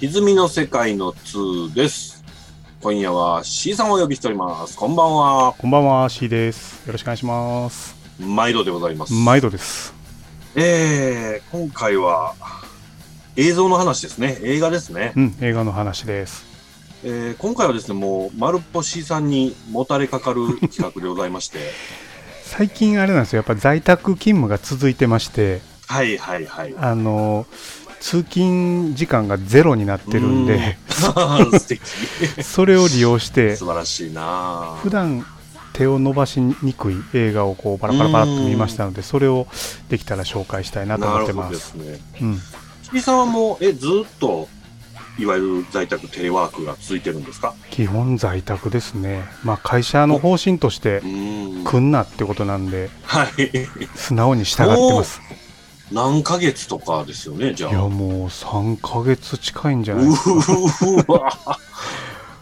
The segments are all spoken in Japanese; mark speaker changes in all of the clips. Speaker 1: 泉の世界の2です。今夜は C さんをお呼びしております。こんばんは。
Speaker 2: こんばんは、C です。よろしくお願いします。
Speaker 1: 毎度でございます。
Speaker 2: 毎度です。
Speaker 1: えー、今回は映像の話ですね。映画ですね。
Speaker 2: うん、映画の話です。
Speaker 1: えー今回はですね、もう、まるっぽ C さんにもたれかかる企画でございま して。
Speaker 2: 最近あれなんですよ、やっぱ在宅勤務が続いてまして、
Speaker 1: はいはいはい。
Speaker 2: あの、通勤時間がゼロになってるんで、
Speaker 1: うん。 素敵。
Speaker 2: それを利用して、
Speaker 1: 素晴らしいな
Speaker 2: 普段手を伸ばしにくい映画をこうパラパラパラっと見ましたので、それをできたら紹介したいなと
Speaker 1: な
Speaker 2: 思っ
Speaker 1: る
Speaker 2: て
Speaker 1: ほど
Speaker 2: ま。
Speaker 1: ですすね。
Speaker 2: うん、
Speaker 1: C さんはもう、え、ずーっと、いわゆる在宅テレワークが続いてるんですか
Speaker 2: 基本在宅ですね。まあ会社の方針として
Speaker 1: う、ーん。
Speaker 2: 来んなってことなんで、
Speaker 1: はい。
Speaker 2: 素直に従ってます。
Speaker 1: 何ヶ月とかですよね、じゃ
Speaker 2: いや
Speaker 1: あ。
Speaker 2: もう3ヶ月近いんじゃ
Speaker 1: う
Speaker 2: ない
Speaker 1: ーわ。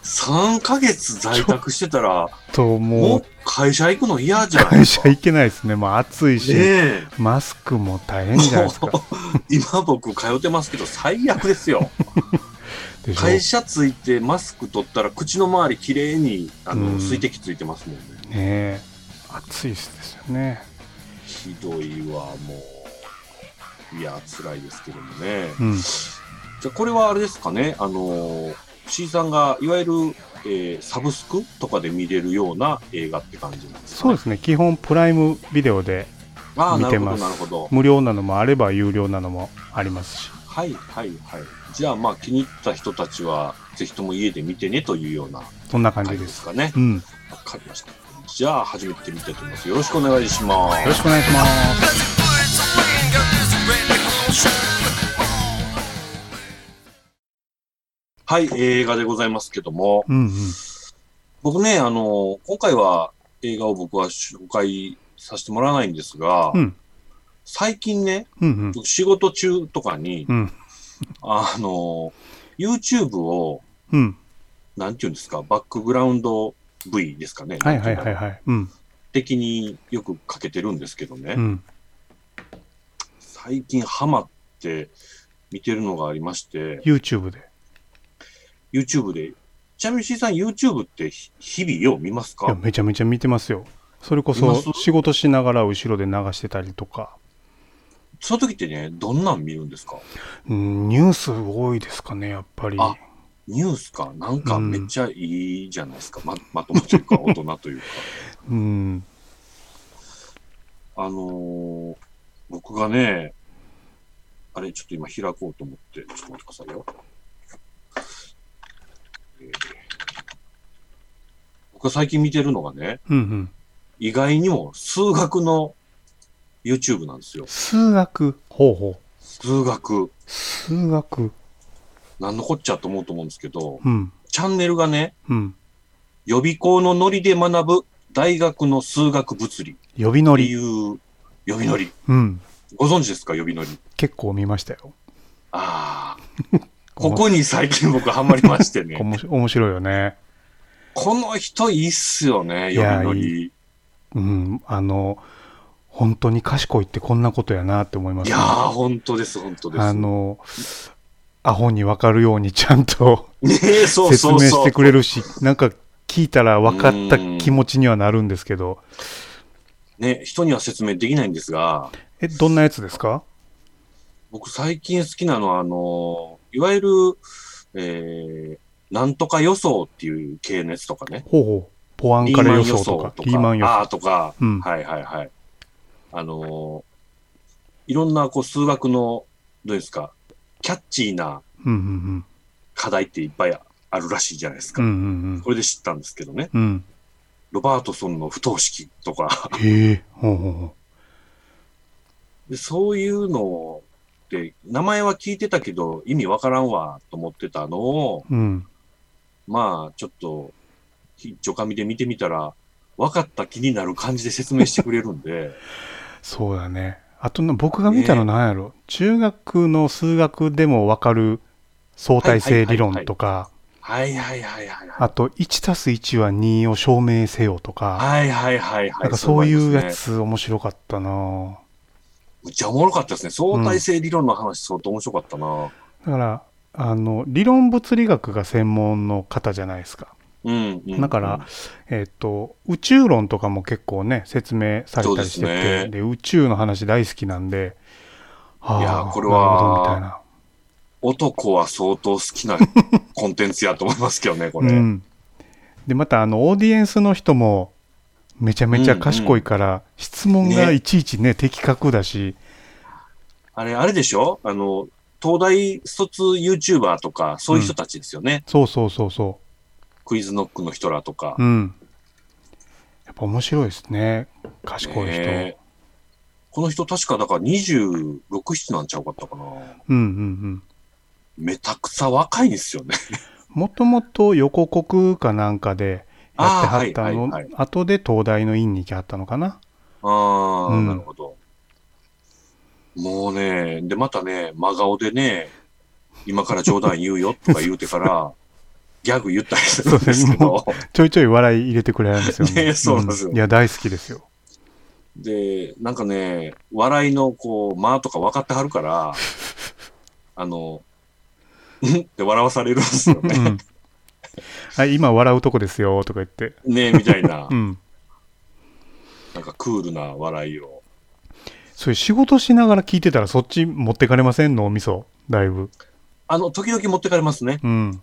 Speaker 1: 3ヶ月在宅してたら、
Speaker 2: と
Speaker 1: も
Speaker 2: も
Speaker 1: う
Speaker 2: う
Speaker 1: 会社行くの嫌じゃないで
Speaker 2: 会
Speaker 1: す
Speaker 2: 社
Speaker 1: か。
Speaker 2: 行けないですねもう暑いし、
Speaker 1: ねえ。
Speaker 2: マスクも大変じゃないですか
Speaker 1: 今僕通ってますけど、最悪ですよ。
Speaker 2: でしょ
Speaker 1: 会社ついてマスク取ったら口の周りきれいに、あ
Speaker 2: う
Speaker 1: の、
Speaker 2: ん
Speaker 1: 水滴ついてますもんね。
Speaker 2: ねえ暑いですよね
Speaker 1: ひどいわ、もう。いや、辛いですけどもね。
Speaker 2: うん
Speaker 1: じゃあこれはあれですかね、あのー、C さんがいわゆる、えーサブスクとかで見れるような映画って感じなんですか、
Speaker 2: そう
Speaker 1: ね、
Speaker 2: ですね基本プライムビデオで
Speaker 1: ああ、な
Speaker 2: 見
Speaker 1: る
Speaker 2: て
Speaker 1: ほ
Speaker 2: ま
Speaker 1: ど、
Speaker 2: す
Speaker 1: なるほど。
Speaker 2: 無料なのもあれば有料なのもありますし
Speaker 1: はい、はい、はい。じゃあ、まあ、気に入った人たちは、ぜひとも家で見てねというような
Speaker 2: そんな感
Speaker 1: 感
Speaker 2: じ
Speaker 1: じ
Speaker 2: で
Speaker 1: です
Speaker 2: す
Speaker 1: かね
Speaker 2: う。んよ
Speaker 1: わかりました。じゃあ、始めてみたいと思います。よろしくお願いしま
Speaker 2: ろ
Speaker 1: す。
Speaker 2: しくお願いします
Speaker 1: はい、映画でございますけども、
Speaker 2: うんうん
Speaker 1: 僕ね、あのー今回は映画を僕は紹介させてもらわないんですが、
Speaker 2: うん
Speaker 1: 最近ね、
Speaker 2: うんうん
Speaker 1: 僕仕事中とかに、
Speaker 2: うん
Speaker 1: あの、YouTube を、
Speaker 2: うん
Speaker 1: なんていうんですか、バックグラウンド V ですかね。
Speaker 2: はいはいはい
Speaker 1: い。
Speaker 2: はいうん
Speaker 1: 的によくかけてるんですけどね。
Speaker 2: うん
Speaker 1: 最近ハマって見てるのがありまして、
Speaker 2: YouTube で
Speaker 1: YouTube で、ちなみに C さん YouTube ってひ日々よう見ます
Speaker 2: いや
Speaker 1: か
Speaker 2: めちゃめちゃ見てますよそれこ
Speaker 1: 見
Speaker 2: そ
Speaker 1: ます
Speaker 2: 仕事しながら後ろで流してたりとか
Speaker 1: その時ってね、どんなん見るんですか
Speaker 2: うんニュース多いですかね、やっぱり。
Speaker 1: あニュースかなんか
Speaker 2: うん
Speaker 1: めっちゃいいじゃないですか。ま、まともというか、大人というか。
Speaker 2: うん。
Speaker 1: あのー僕がね、あれ、ちょっと今開こうと思って、ちょっと待ってくださいよ。えー僕が最近見てるのがね、
Speaker 2: うんうん。
Speaker 1: 意外にも数学の YouTube なんですよ。
Speaker 2: 数学。ほうほう。
Speaker 1: 数学。
Speaker 2: 数学。
Speaker 1: なんのこっちゃと思うと思うんですけど、
Speaker 2: うん。
Speaker 1: チャンネルがね、
Speaker 2: うん。
Speaker 1: 予備校のノリで学ぶ大学の数学物理っ
Speaker 2: 呼び乗
Speaker 1: て
Speaker 2: り。
Speaker 1: いう予備ノリ。
Speaker 2: うん。
Speaker 1: ご存知ですか予備ノリ。
Speaker 2: 結構見ましたよ。
Speaker 1: ああ。 ここに最近僕ハマりましてね。
Speaker 2: おもし面白いよね。
Speaker 1: この人いいっすよね、
Speaker 2: い
Speaker 1: よ
Speaker 2: や
Speaker 1: りのり。
Speaker 2: うん。あの、本当に賢いってこんなことやなって思いま
Speaker 1: い
Speaker 2: す、
Speaker 1: やー、本当です、本当です。
Speaker 2: あの、アホにわかるようにちゃんと
Speaker 1: ねえ、そう
Speaker 2: 説
Speaker 1: そ
Speaker 2: 明
Speaker 1: う
Speaker 2: し
Speaker 1: そう
Speaker 2: て。くれるし、なんか聞いたら分かった気持ちにはなるんですけど。
Speaker 1: ね、人には説明できないんですが、
Speaker 2: え、どんなやつですか
Speaker 1: 僕最近好きなのは、あのー、いわゆる、えー、なんとか予想っていう系のやつとかね。
Speaker 2: ほうほう。ポアンカレ予想とか。
Speaker 1: リ
Speaker 2: リ
Speaker 1: ー
Speaker 2: ー
Speaker 1: マ
Speaker 2: マ
Speaker 1: ン
Speaker 2: ン
Speaker 1: 予
Speaker 2: 予想。
Speaker 1: 想とか。あーとか、
Speaker 2: うん。
Speaker 1: はいはいはい。あのー、いろんなこう数学の、どうですか、キャッチーな
Speaker 2: うんうん
Speaker 1: 課題っていっぱいあるらしいじゃないです
Speaker 2: う
Speaker 1: か。
Speaker 2: ん。うんうん
Speaker 1: これで知ったんですけどね。
Speaker 2: うん。うん。
Speaker 1: ロバートソンの不等式とか、
Speaker 2: へえ。ほうほうほ
Speaker 1: でそういうのって、名前は聞いてたけど、意味わからんわと思ってたのを、
Speaker 2: う。うん。
Speaker 1: まあ、ちょっと、一丁紙で見てみたら、分かった気になる感じで説明してくれるんで、
Speaker 2: そうだね。あとな、僕が見たのなんやろ。中学の数学でもわかる相対性理論とか、
Speaker 1: はいはいはいはいはい。
Speaker 2: あと、1たす1は2を証明せよとか、
Speaker 1: はいはいはいはい。
Speaker 2: なんかそういうや
Speaker 1: すね。
Speaker 2: つ面白かったな
Speaker 1: むっちゃおもろかったですね。相対性理論の話、相当面白かったな。
Speaker 2: だから、あの理論物理学が専門の方じゃないですか。
Speaker 1: うんうん
Speaker 2: だから、えっと宇宙論とかも結構ね説明されたりして
Speaker 1: そうで
Speaker 2: て
Speaker 1: すね
Speaker 2: で、宇宙の話大好きなんであ
Speaker 1: いや
Speaker 2: ー
Speaker 1: これ
Speaker 2: なるほど
Speaker 1: は
Speaker 2: みたいな
Speaker 1: 男は相当好き なコンテンツやと思いますけどね、これ。
Speaker 2: うん、でまたあのオーディエンスの人もめちゃめちゃ賢いから、質問が
Speaker 1: ね
Speaker 2: いちいちね的確だし
Speaker 1: あれ、あれでしょあの、東大卒 YouTuber とか、そういう人たちですよね。
Speaker 2: そうそうそうそ
Speaker 1: クイズノックの人らとか
Speaker 2: うう。んやっぱ面白いですね賢い人、
Speaker 1: ねえこの人確か、だから26、7なんちゃうかったかな。
Speaker 2: うんうんうん
Speaker 1: めたくさ若いんですよね。
Speaker 2: もともと横国かなんかでやってはったの
Speaker 1: あーはいはいはい
Speaker 2: 後で東大の院に来はったのかな
Speaker 1: ああ、
Speaker 2: うん
Speaker 1: なるほど。もうね、で、またね、真顔でね、今から冗談言うよとか言うてから、ギャグ言ったりするんですけど。
Speaker 2: ちょいちょい笑い入れてくれるんですよね
Speaker 1: ね そうなんですよ
Speaker 2: いや大好きですよ
Speaker 1: で、なんかね、笑いのこう、間とか分かってはる から、あの、んって笑わされるんですよ
Speaker 2: う
Speaker 1: ね。
Speaker 2: んはい、今笑うとこですよとか言って、
Speaker 1: ねみたいな
Speaker 2: う、ん、
Speaker 1: なんかクールな笑いを。
Speaker 2: そういう仕事しながら聞いてたらそっち持ってかれません脳みそだいぶ
Speaker 1: あの、時々持ってかれますね。
Speaker 2: うん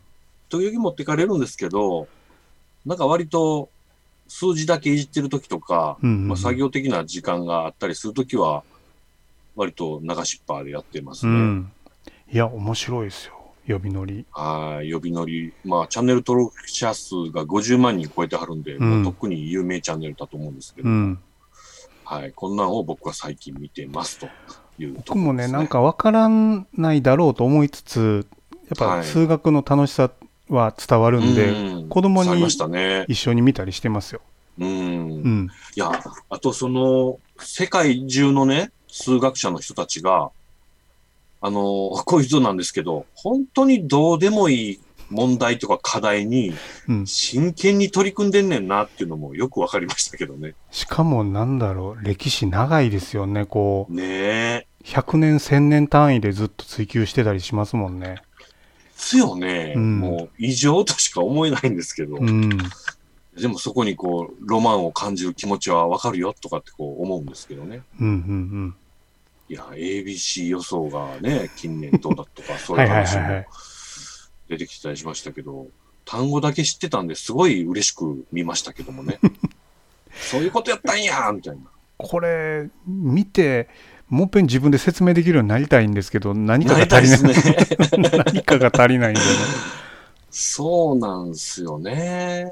Speaker 1: 時々持ってかれるんですけど、なんか割と数字だけいじってる時とか、
Speaker 2: うんうん
Speaker 1: まあ、作業的な時間があったりするときは、割と流しっぱでやってます
Speaker 2: う
Speaker 1: ね。
Speaker 2: んいや面白いですよ呼び乗り
Speaker 1: はい、呼び乗り。まあ、チャンネル登録者数が50万人超えてはるんで、
Speaker 2: う
Speaker 1: も
Speaker 2: ん
Speaker 1: う特に有名チャンネルだと思うんですけど、
Speaker 2: うん
Speaker 1: はい、こんなんを僕は最近見てますというと
Speaker 2: 僕
Speaker 1: ころ
Speaker 2: も
Speaker 1: で
Speaker 2: ね
Speaker 1: す、ね。
Speaker 2: なんか分からないだろうと思いつつやっ
Speaker 1: は
Speaker 2: ぱ
Speaker 1: い
Speaker 2: 数学の楽しさは伝わるんで、
Speaker 1: うん
Speaker 2: 子供に
Speaker 1: ありましたね。
Speaker 2: 一緒に見たりしてますよ、
Speaker 1: うん。
Speaker 2: う
Speaker 1: い
Speaker 2: ん、
Speaker 1: や、あとその、世界中のね、数学者の人たちが、あの、こういう人なんですけど、本当にどうでもいい問題とか課題に
Speaker 2: うん、
Speaker 1: 真剣に取り組んでんねんなっていうのもよくわかりましたけどね。
Speaker 2: しかもなんだろう歴史長いですよねこう
Speaker 1: ねえ。
Speaker 2: 100年1000年単位でずっと追求してたりしますもんね
Speaker 1: ですよね、
Speaker 2: うん
Speaker 1: もう異常としか思えないんですけど、
Speaker 2: うん
Speaker 1: でもそこにこう、ロマンを感じる気持ちはわかるよとかってこう思うんですけどね。
Speaker 2: うんうん
Speaker 1: いや、ABC 予想がね、近年どうだとか、
Speaker 2: う
Speaker 1: そ
Speaker 2: ん。
Speaker 1: う
Speaker 2: はいいうはい
Speaker 1: 話
Speaker 2: は
Speaker 1: も
Speaker 2: いはい。
Speaker 1: 出てきてたりしましたけど、単語だけ知ってたんですごい嬉しく見ましたけども ね。そういうことやったんやみたいな。
Speaker 2: これ、見て、もっぺん自分で説明できるようになりたいんですけど、何かが
Speaker 1: なりたい
Speaker 2: 足
Speaker 1: で
Speaker 2: り
Speaker 1: す
Speaker 2: な
Speaker 1: ね
Speaker 2: い。。 何かが足りないんでね。
Speaker 1: そうなんですよね。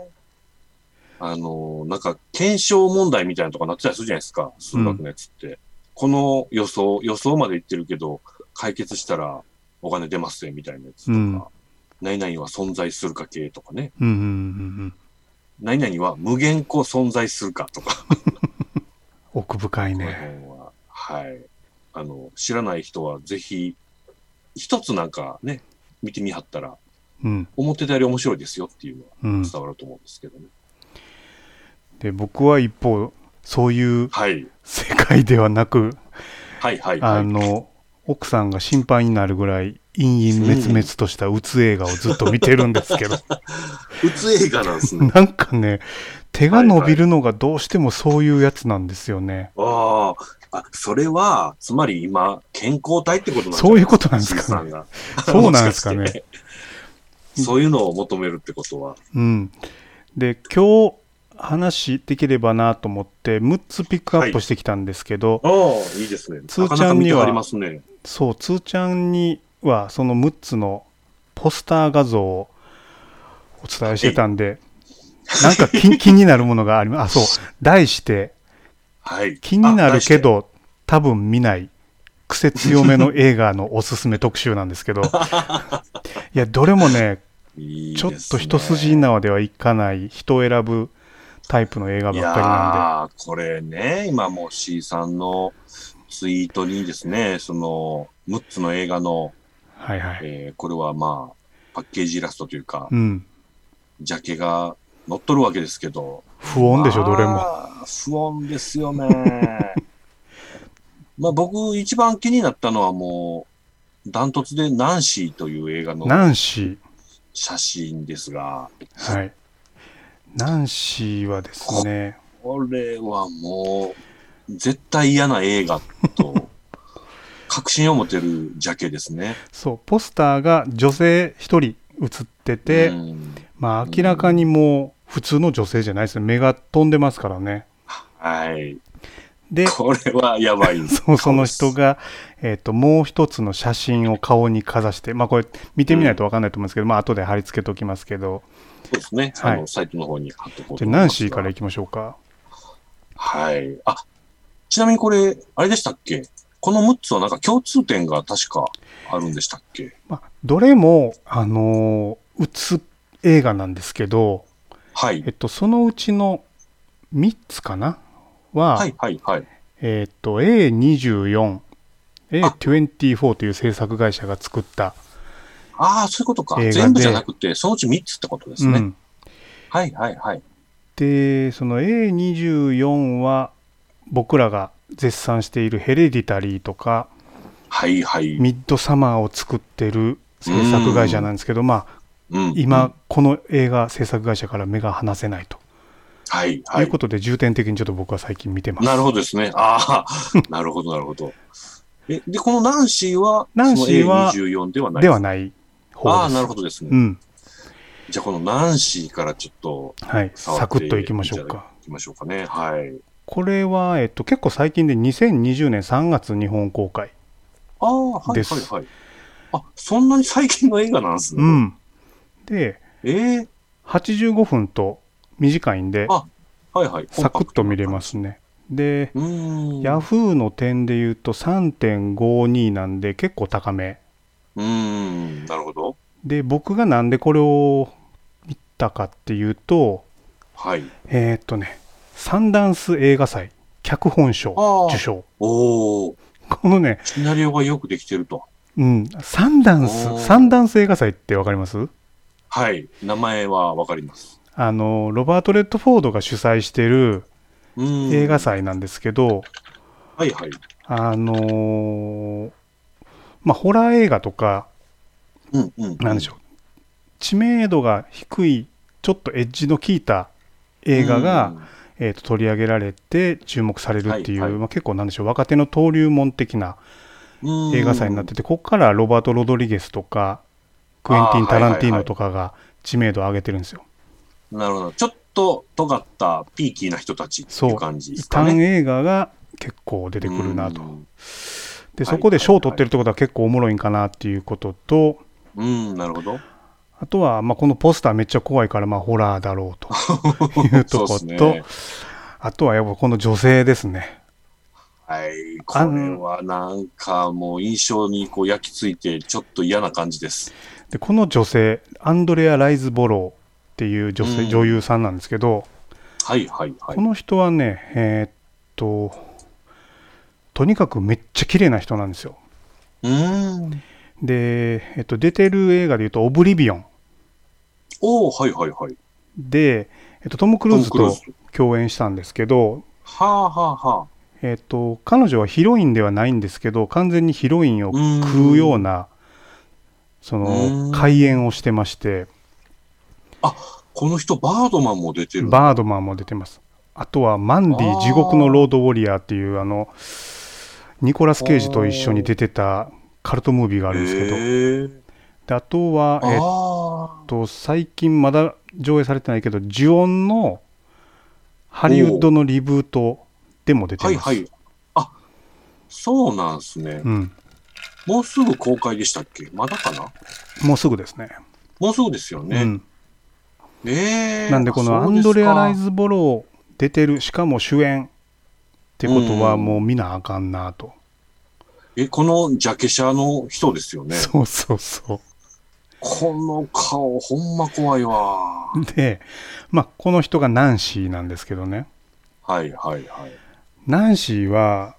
Speaker 1: あの、なんか、検証問題みたいなとかなってたりするじゃないですか、数学のやつって。この予想、予想までいってるけど、解決したらお金出ますね、みたいなやつとか。
Speaker 2: うん
Speaker 1: 何々は存在するか系とかね。
Speaker 2: うんうんうん
Speaker 1: 何々は無限個存在するかとか。
Speaker 2: うん。奥深い
Speaker 1: この
Speaker 2: ね。
Speaker 1: 辺は、はい。あの、知らない人はぜひ、一つなんかね、見てみはったら、
Speaker 2: うん
Speaker 1: 思ってたより面白いですよっていうのは
Speaker 2: うん。
Speaker 1: 伝わると思うんですけどね。
Speaker 2: で、僕は一方、そういう
Speaker 1: はい。
Speaker 2: 世界ではなく、
Speaker 1: はいはいはい。
Speaker 2: あの、奥さんが心配になるぐらい、陰々滅滅とした鬱映画をずっと見てるんですけど、
Speaker 1: うつ映画なんですね。
Speaker 2: なんかね、手が伸びるのがどうしてもそういうやつなんですよね。
Speaker 1: ああ、あ、それは、つまり今、健康体ってことなんじゃ
Speaker 2: そういうことなんです
Speaker 1: シーさ
Speaker 2: か
Speaker 1: ん
Speaker 2: ね。
Speaker 1: が。
Speaker 2: そうなんですか ね
Speaker 1: もしして。そういうのを求めるってことは。
Speaker 2: うん、で今日話できればなと思って6つピックアップしてきたんですけど、
Speaker 1: ああ、いいですね。
Speaker 2: つー
Speaker 1: なか
Speaker 2: ち
Speaker 1: な
Speaker 2: ゃ
Speaker 1: か
Speaker 2: ん
Speaker 1: 見
Speaker 2: に
Speaker 1: て
Speaker 2: は
Speaker 1: ありますね。
Speaker 2: そうつーちゃんにはその6つのポスター画像をお伝えしてたんでなんか気 気になるものがあります あそう題して
Speaker 1: はい。
Speaker 2: 気になるけ
Speaker 1: あ。
Speaker 2: ど多分見ない癖強めの映画のおすすめ特集なんで すけどいやどれもね
Speaker 1: 題して
Speaker 2: ちょっと一筋縄ではいかない人を選ぶタイプの映画ば
Speaker 1: い
Speaker 2: っ
Speaker 1: い
Speaker 2: か
Speaker 1: や
Speaker 2: りなん
Speaker 1: ーこれね、今もう C さんのツイートにですね、その、6つの映画の、
Speaker 2: で。はいはい。
Speaker 1: えーこれはまあ、パッケージイラストというか
Speaker 2: う、ん。
Speaker 1: ジャケが載っとるわけですけど、
Speaker 2: 不穏でしょ、どれも。
Speaker 1: も。不穏です よね。まあ僕一番気になったのはもう、ダントツでナンシーという映画の
Speaker 2: ナンシ
Speaker 1: 写真ですが、
Speaker 2: ー。はい。ナンシーはですね、
Speaker 1: これはもう、絶対嫌な映画 と、確信を持てるジャケですね。
Speaker 2: そう、ポスターが女性一人写ってて、
Speaker 1: うん
Speaker 2: まあ明らかにもう普通の女性じゃないですね。目が飛んでますからね。
Speaker 1: はい。
Speaker 2: で、
Speaker 1: これはやばい。
Speaker 2: そうその人が、えっともう一つの写真を顔にかざして、まあ、これ見てみないと分かんないと思うんですけど、まあ後で貼り付けておきますけど
Speaker 1: そうですね。
Speaker 2: はい
Speaker 1: あの、サイトの方に貼っとこう
Speaker 2: じ
Speaker 1: と思
Speaker 2: ゃあ
Speaker 1: い
Speaker 2: ナ
Speaker 1: ま
Speaker 2: ン
Speaker 1: す
Speaker 2: シー
Speaker 1: が
Speaker 2: からいきましょうか
Speaker 1: はい。あ、ちなみにこれ、あれでしたっけこの6つはなんか共通点が確かあるんでしたっけ
Speaker 2: まあ、どれも、あのー、うつ映画なんですけど、
Speaker 1: はい
Speaker 2: え。っと、そのうちの3つかなは、
Speaker 1: はい、はい、はい。
Speaker 2: えっと、A24、A24 という制作会社が作った、
Speaker 1: ああ、そういうことか
Speaker 2: 映画。で
Speaker 1: 全部じゃなくて、そのうち3つってことですね。
Speaker 2: うん
Speaker 1: はい、はい、はい。
Speaker 2: で、その A24 は、僕らが絶賛しているヘレディタリーとか、
Speaker 1: はい、はい。
Speaker 2: ミッドサマーを作ってる制作会社なんですけど、まあ、
Speaker 1: うん
Speaker 2: 今、。この映画制作会社から目が離せないと。
Speaker 1: はい、
Speaker 2: と。
Speaker 1: はいいう
Speaker 2: ことで、重点的にちょっと僕は最近見てます。
Speaker 1: なるほどですね。ああ、 なるほど、なるほど。え、で、このナンシーは、
Speaker 2: ナンシーは
Speaker 1: その A24 ではない。
Speaker 2: ではない方です。
Speaker 1: ああ、なるほどですね。
Speaker 2: うん。
Speaker 1: じゃあ、このナンシーからちょっと、
Speaker 2: はい。サクッといきましょうか。
Speaker 1: いきましょうかね。はい。
Speaker 2: これは、えっと、結構最近で2020年3月日本公開。
Speaker 1: ああ、はい、
Speaker 2: です
Speaker 1: はい、はい。あ、そんなに最近の映画なんですね。
Speaker 2: う。ん。で、
Speaker 1: ええ
Speaker 2: 85分と短いんで
Speaker 1: あ、はい、はい。
Speaker 2: サクッと見れますね。で、
Speaker 1: コンパクトな。うーん。
Speaker 2: ヤフーの点で言うと3.52なんで結構高め。
Speaker 1: うーん、なるほど。
Speaker 2: で、僕がなんでこれを見たかっていうと、
Speaker 1: はい。
Speaker 2: えーっとね、サンダンス映画祭脚本賞
Speaker 1: ああ
Speaker 2: 受賞。
Speaker 1: おお、
Speaker 2: このね、
Speaker 1: シナリオがよくできてると。
Speaker 2: うん、サンダン
Speaker 1: おー
Speaker 2: ス、サンダンス映画祭ってわかります
Speaker 1: はい。名前はわかります。
Speaker 2: あの、ロバート・レッドフォードが主催してる
Speaker 1: うーん。
Speaker 2: 映画。祭なんですけど、
Speaker 1: はいはい。
Speaker 2: あのーまあ、ホラー映画とか、
Speaker 1: うんうん。
Speaker 2: なんでしょう、知名度が低い、ちょっとエッジの効いた映画が、えーと取り上げられて注目されるっていう、
Speaker 1: はいはい
Speaker 2: まあ、結構なんでしょう、若手の登竜門的な
Speaker 1: うん、
Speaker 2: 映画祭になってて、ここからロバート・ロドリゲスとか、クエンティン・タランティーノとかが知名度を上げてるんですよ。
Speaker 1: うん。なるほど。ちょっと尖ったピーキーな人たちって
Speaker 2: そう
Speaker 1: いう感じです
Speaker 2: 異
Speaker 1: か
Speaker 2: 端
Speaker 1: ね。
Speaker 2: 映画が結構出てくるなと。
Speaker 1: うん
Speaker 2: で、
Speaker 1: はい
Speaker 2: そこで賞を取ってるってことは結構おもろいんかなっていうことと、
Speaker 1: うん、なるほど。
Speaker 2: あとは、まあ、このポスターめっちゃ怖いから、まあ、ホラーだろうと いうとこ
Speaker 1: そう
Speaker 2: と、
Speaker 1: っすね
Speaker 2: あとはやっぱこの女性ですね。
Speaker 1: はい。これはなんかもう印象にこう焼き付いてちょっと嫌な感じです。
Speaker 2: で、この女性、アンドレア・ライズボローっていう女性、
Speaker 1: うん
Speaker 2: 女優さんなんですけど、
Speaker 1: はいはいはい
Speaker 2: こ。の人はね、えーっと、とにかくめっちゃ綺麗な人なんですよ。
Speaker 1: うーん。
Speaker 2: で、えっと、出てる映画でいうと、オブリビオン
Speaker 1: おおはいはいはい。
Speaker 2: で、えっと、トム・ク
Speaker 1: ク
Speaker 2: ルーズと共演したんですけど、
Speaker 1: はあはあはあ。
Speaker 2: えっと、彼女はヒロインではないんですけど、完全にヒロインを食うような、そ
Speaker 1: うん
Speaker 2: の、開演をしてまして、
Speaker 1: この人、バードマンも出てる。
Speaker 2: バードマンも出てます。あとは、マンデ
Speaker 1: あ
Speaker 2: ィ
Speaker 1: ー
Speaker 2: 地獄のロードウォリアーっていう、あの、ニコラス・ケイジと一緒に出てたカルトムービーがあるんですけど、
Speaker 1: へー
Speaker 2: であとは、えっ
Speaker 1: あ
Speaker 2: と、最近まだ上映されてないけど、ジュオンのハリウッドのリブートでも出
Speaker 1: あ。
Speaker 2: て
Speaker 1: は
Speaker 2: ま
Speaker 1: い
Speaker 2: す。
Speaker 1: はい。あ、そうなんですね。
Speaker 2: うん。
Speaker 1: もうすぐ公開でしたっけまだかな
Speaker 2: もうすぐですね。
Speaker 1: もうすぐですよ
Speaker 2: う
Speaker 1: ね。
Speaker 2: ん、
Speaker 1: ええ
Speaker 2: なんで、このアンドレア・ライズボロー出てる、しかも主演ってことは、
Speaker 1: うん
Speaker 2: もう見なあかんなと。
Speaker 1: え、このジャケ写の人ですよね。
Speaker 2: そうそうそう。
Speaker 1: この顔、ほんま怖いわ。
Speaker 2: で、まあ、この人がナンシーなんですけどね。
Speaker 1: はいはいはい。
Speaker 2: ナンシーは、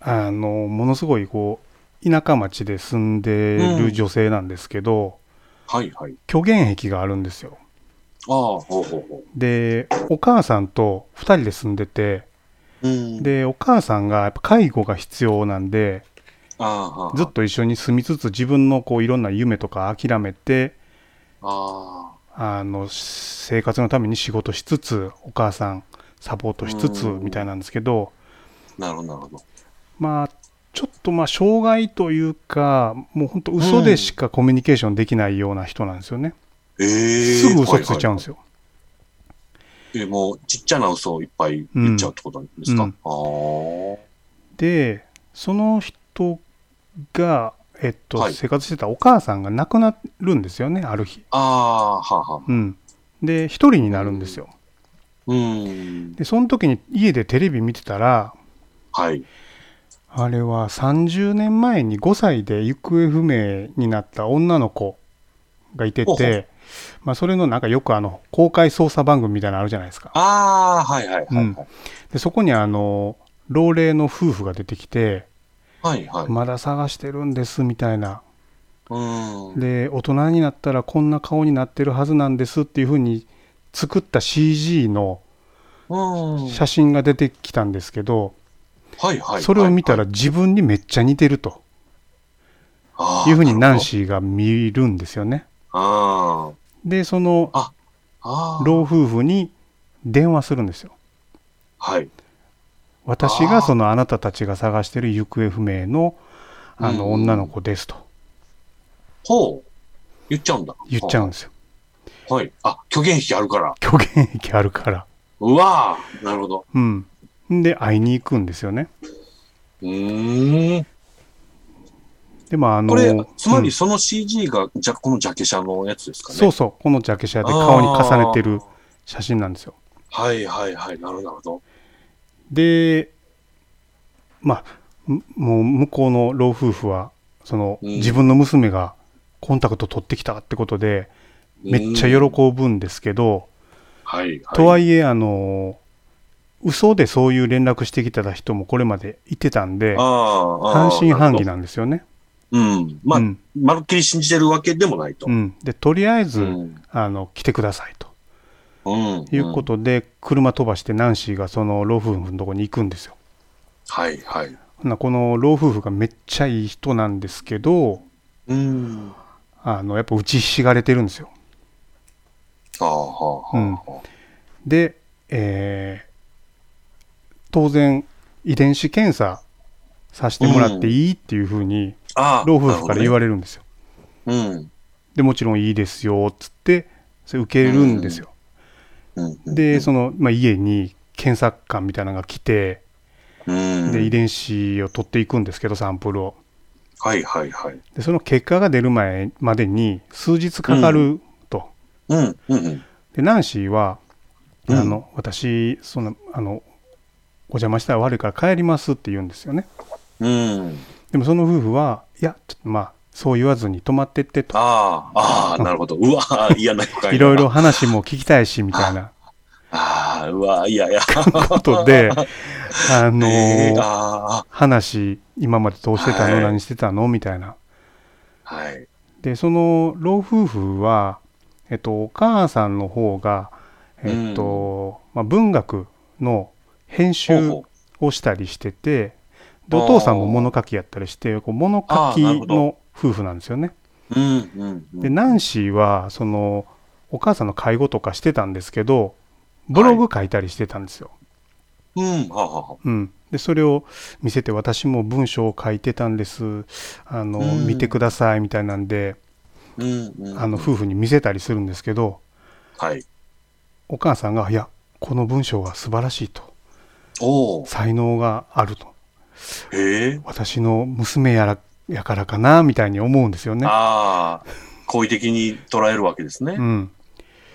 Speaker 2: あの、ものすごい、こう、田舎町で住んでる女性なんですけど、
Speaker 1: はいはい。
Speaker 2: 虚言癖があるんですよ。
Speaker 1: ああ、ほうほうほ
Speaker 2: で、お母さんと2人で住んでて、
Speaker 1: う。うん、
Speaker 2: で、お母さんがやっぱ介護が必要なんで、
Speaker 1: あーは
Speaker 2: ずっと一緒に住みつつ自分のこういろんな夢とか諦めて
Speaker 1: あ
Speaker 2: あの生活のために仕事しつつお母さんサポートしつつ
Speaker 1: うん
Speaker 2: みたいなんですけど
Speaker 1: ーなるほど、なるほど。
Speaker 2: まあちょっとまあ障害というかもう本当嘘でしかコミュニケーションできないような人なんですよね、
Speaker 1: ええ
Speaker 2: すぐ嘘ついちゃうんです
Speaker 1: よ。
Speaker 2: よ、
Speaker 1: はいはいえもう、ちっちゃな嘘をいっぱい言っちゃうってことなんですか。
Speaker 2: うん
Speaker 1: あー
Speaker 2: でその人が、えっと
Speaker 1: はい
Speaker 2: 生活してたお母さんが亡くなるんですよねある日、
Speaker 1: あー、はあ、はあ。
Speaker 2: うん、で一人になるんですよ、
Speaker 1: うーん。
Speaker 2: でその時に家でテレビ見てたら
Speaker 1: はい。
Speaker 2: あれは30年前に5歳で行方不明になった女の子がいて
Speaker 1: ほうほ
Speaker 2: て、まあ、それのなんかよくあの公開捜査番組みたいなのあるじゃないですか
Speaker 1: あー、はいはいはい、はい。
Speaker 2: でそこにあの老齢の夫婦が出てきて
Speaker 1: はいはい。
Speaker 2: まだ探してるんですみたいな
Speaker 1: うーん。
Speaker 2: で大人になったらこんな顔になってるはずなんですっていうふうに作った CG の
Speaker 1: うーん。
Speaker 2: 写真が出てきたんですけど、
Speaker 1: はいはい。
Speaker 2: それを見たら
Speaker 1: は
Speaker 2: 自分にめっちゃ似てると
Speaker 1: はい
Speaker 2: いうふうにナン
Speaker 1: ー
Speaker 2: シーが見るんですよね。
Speaker 1: なるほど。
Speaker 2: でその
Speaker 1: あーあー。
Speaker 2: 老夫婦に電話するんですよ。
Speaker 1: はい。
Speaker 2: 私がそのあなたたちが探してる行方不明のあ
Speaker 1: う
Speaker 2: の
Speaker 1: ん
Speaker 2: 女の子ですと
Speaker 1: ほう。言っちゃうんだ。
Speaker 2: 言っちゃうんですよ。
Speaker 1: う。はい。あ、虚言癖あるから。
Speaker 2: 虚言癖あるから。
Speaker 1: うわー。なるほど。
Speaker 2: うん。で会いに行くんですよね。
Speaker 1: うーん。
Speaker 2: でもあの
Speaker 1: これ、つま
Speaker 2: うん
Speaker 1: りその CG が、じゃ、このジャケ写のやつですかね。
Speaker 2: そう
Speaker 1: う。
Speaker 2: そう、このジャケ写で顔に重ねてる。写真なんですよ。
Speaker 1: はいはいはい。なるほどなるほど。
Speaker 2: で、まあ、んもう向こうの老夫婦は、その、
Speaker 1: うん
Speaker 2: 自分の娘がコンタクト取ってきたってことで、めっちゃ
Speaker 1: うん
Speaker 2: 喜ぶんですけど、
Speaker 1: はいはい。
Speaker 2: とはいえ、あの、嘘でそういう連絡してきた人もこれまでいてたんで、
Speaker 1: あーあー。
Speaker 2: 半信半疑
Speaker 1: なる
Speaker 2: なんですよね。
Speaker 1: ほど。うん。まあ
Speaker 2: う、ん
Speaker 1: まるっきり信じてるわけでもないと
Speaker 2: う。ん、で、とりあえず、
Speaker 1: うん。
Speaker 2: あの、来てくださいと
Speaker 1: うん。。
Speaker 2: いうこととで、車飛ばしてナンシーがその老夫婦のとこに行くんですよ。
Speaker 1: はいはい。
Speaker 2: ほなこの老夫婦がめっちゃいい人なんですけど
Speaker 1: うん。
Speaker 2: あのやっぱ打ちひしがれてるんですよ
Speaker 1: あーはあはあはあ。
Speaker 2: で、えー当然遺伝子検査させてもらっていいっていうふうに
Speaker 1: ああ。
Speaker 2: 老夫婦から言わ
Speaker 1: れ
Speaker 2: れるんですよ、
Speaker 1: うん。
Speaker 2: でもちろんいいですよっつってそれ受けるんですよ、
Speaker 1: うんうん
Speaker 2: でその、まあ、家に検査官みたいなのが来て
Speaker 1: うん
Speaker 2: で遺伝子を取っていくんですけどサンプルを
Speaker 1: はいはいはい。
Speaker 2: でその結果が出る前までに数日かかると、
Speaker 1: うん、うん、うん。
Speaker 2: でナンシーは、
Speaker 1: うん
Speaker 2: あの私そのあのお邪魔したら悪いから帰りますって言うんですよね
Speaker 1: うん。
Speaker 2: でもその夫婦はいやちょっとまあそう言わずに泊まってってと
Speaker 1: ああ、ああ、なるほど。うわー、嫌な予感やない
Speaker 2: ろいろ。話も聞きたいしみたいな
Speaker 1: ああ、うわー、いやいや。
Speaker 2: こ とであの、
Speaker 1: えー、あ
Speaker 2: 話今までどうしてたの、
Speaker 1: はい
Speaker 2: 何してたのみたいな
Speaker 1: あ、はい。
Speaker 2: でその老夫婦は、えっと、お母さんの方が、えっとまあ、文学の編
Speaker 1: ほう
Speaker 2: 集
Speaker 1: ほう。
Speaker 2: をしたりしててでお父さんも物書きやったりしてこう物書き
Speaker 1: あーなるほ
Speaker 2: の
Speaker 1: ど
Speaker 2: 夫婦なんですよね。
Speaker 1: うん、うん、うん。
Speaker 2: でナンシーはそのお母さんの介護とかしてたんですけどブログ書いたりしてたんですよ。
Speaker 1: うん、はあはあは
Speaker 2: うん、でそれを見せて私も文章を書いてたんですあの、
Speaker 1: うん
Speaker 2: 見てくださいみたいなんで
Speaker 1: あ。うん、うん。
Speaker 2: あの夫婦に見せたりするんですけど
Speaker 1: はい。
Speaker 2: お母さんが「いやこの文章が素晴らしい」と
Speaker 1: お
Speaker 2: 「
Speaker 1: お。
Speaker 2: 才能がある」と
Speaker 1: へえ
Speaker 2: 「私の娘やらやからかな」みたいに思うんですよね。
Speaker 1: ああ、好意的に捉えるわけですね
Speaker 2: う。ん、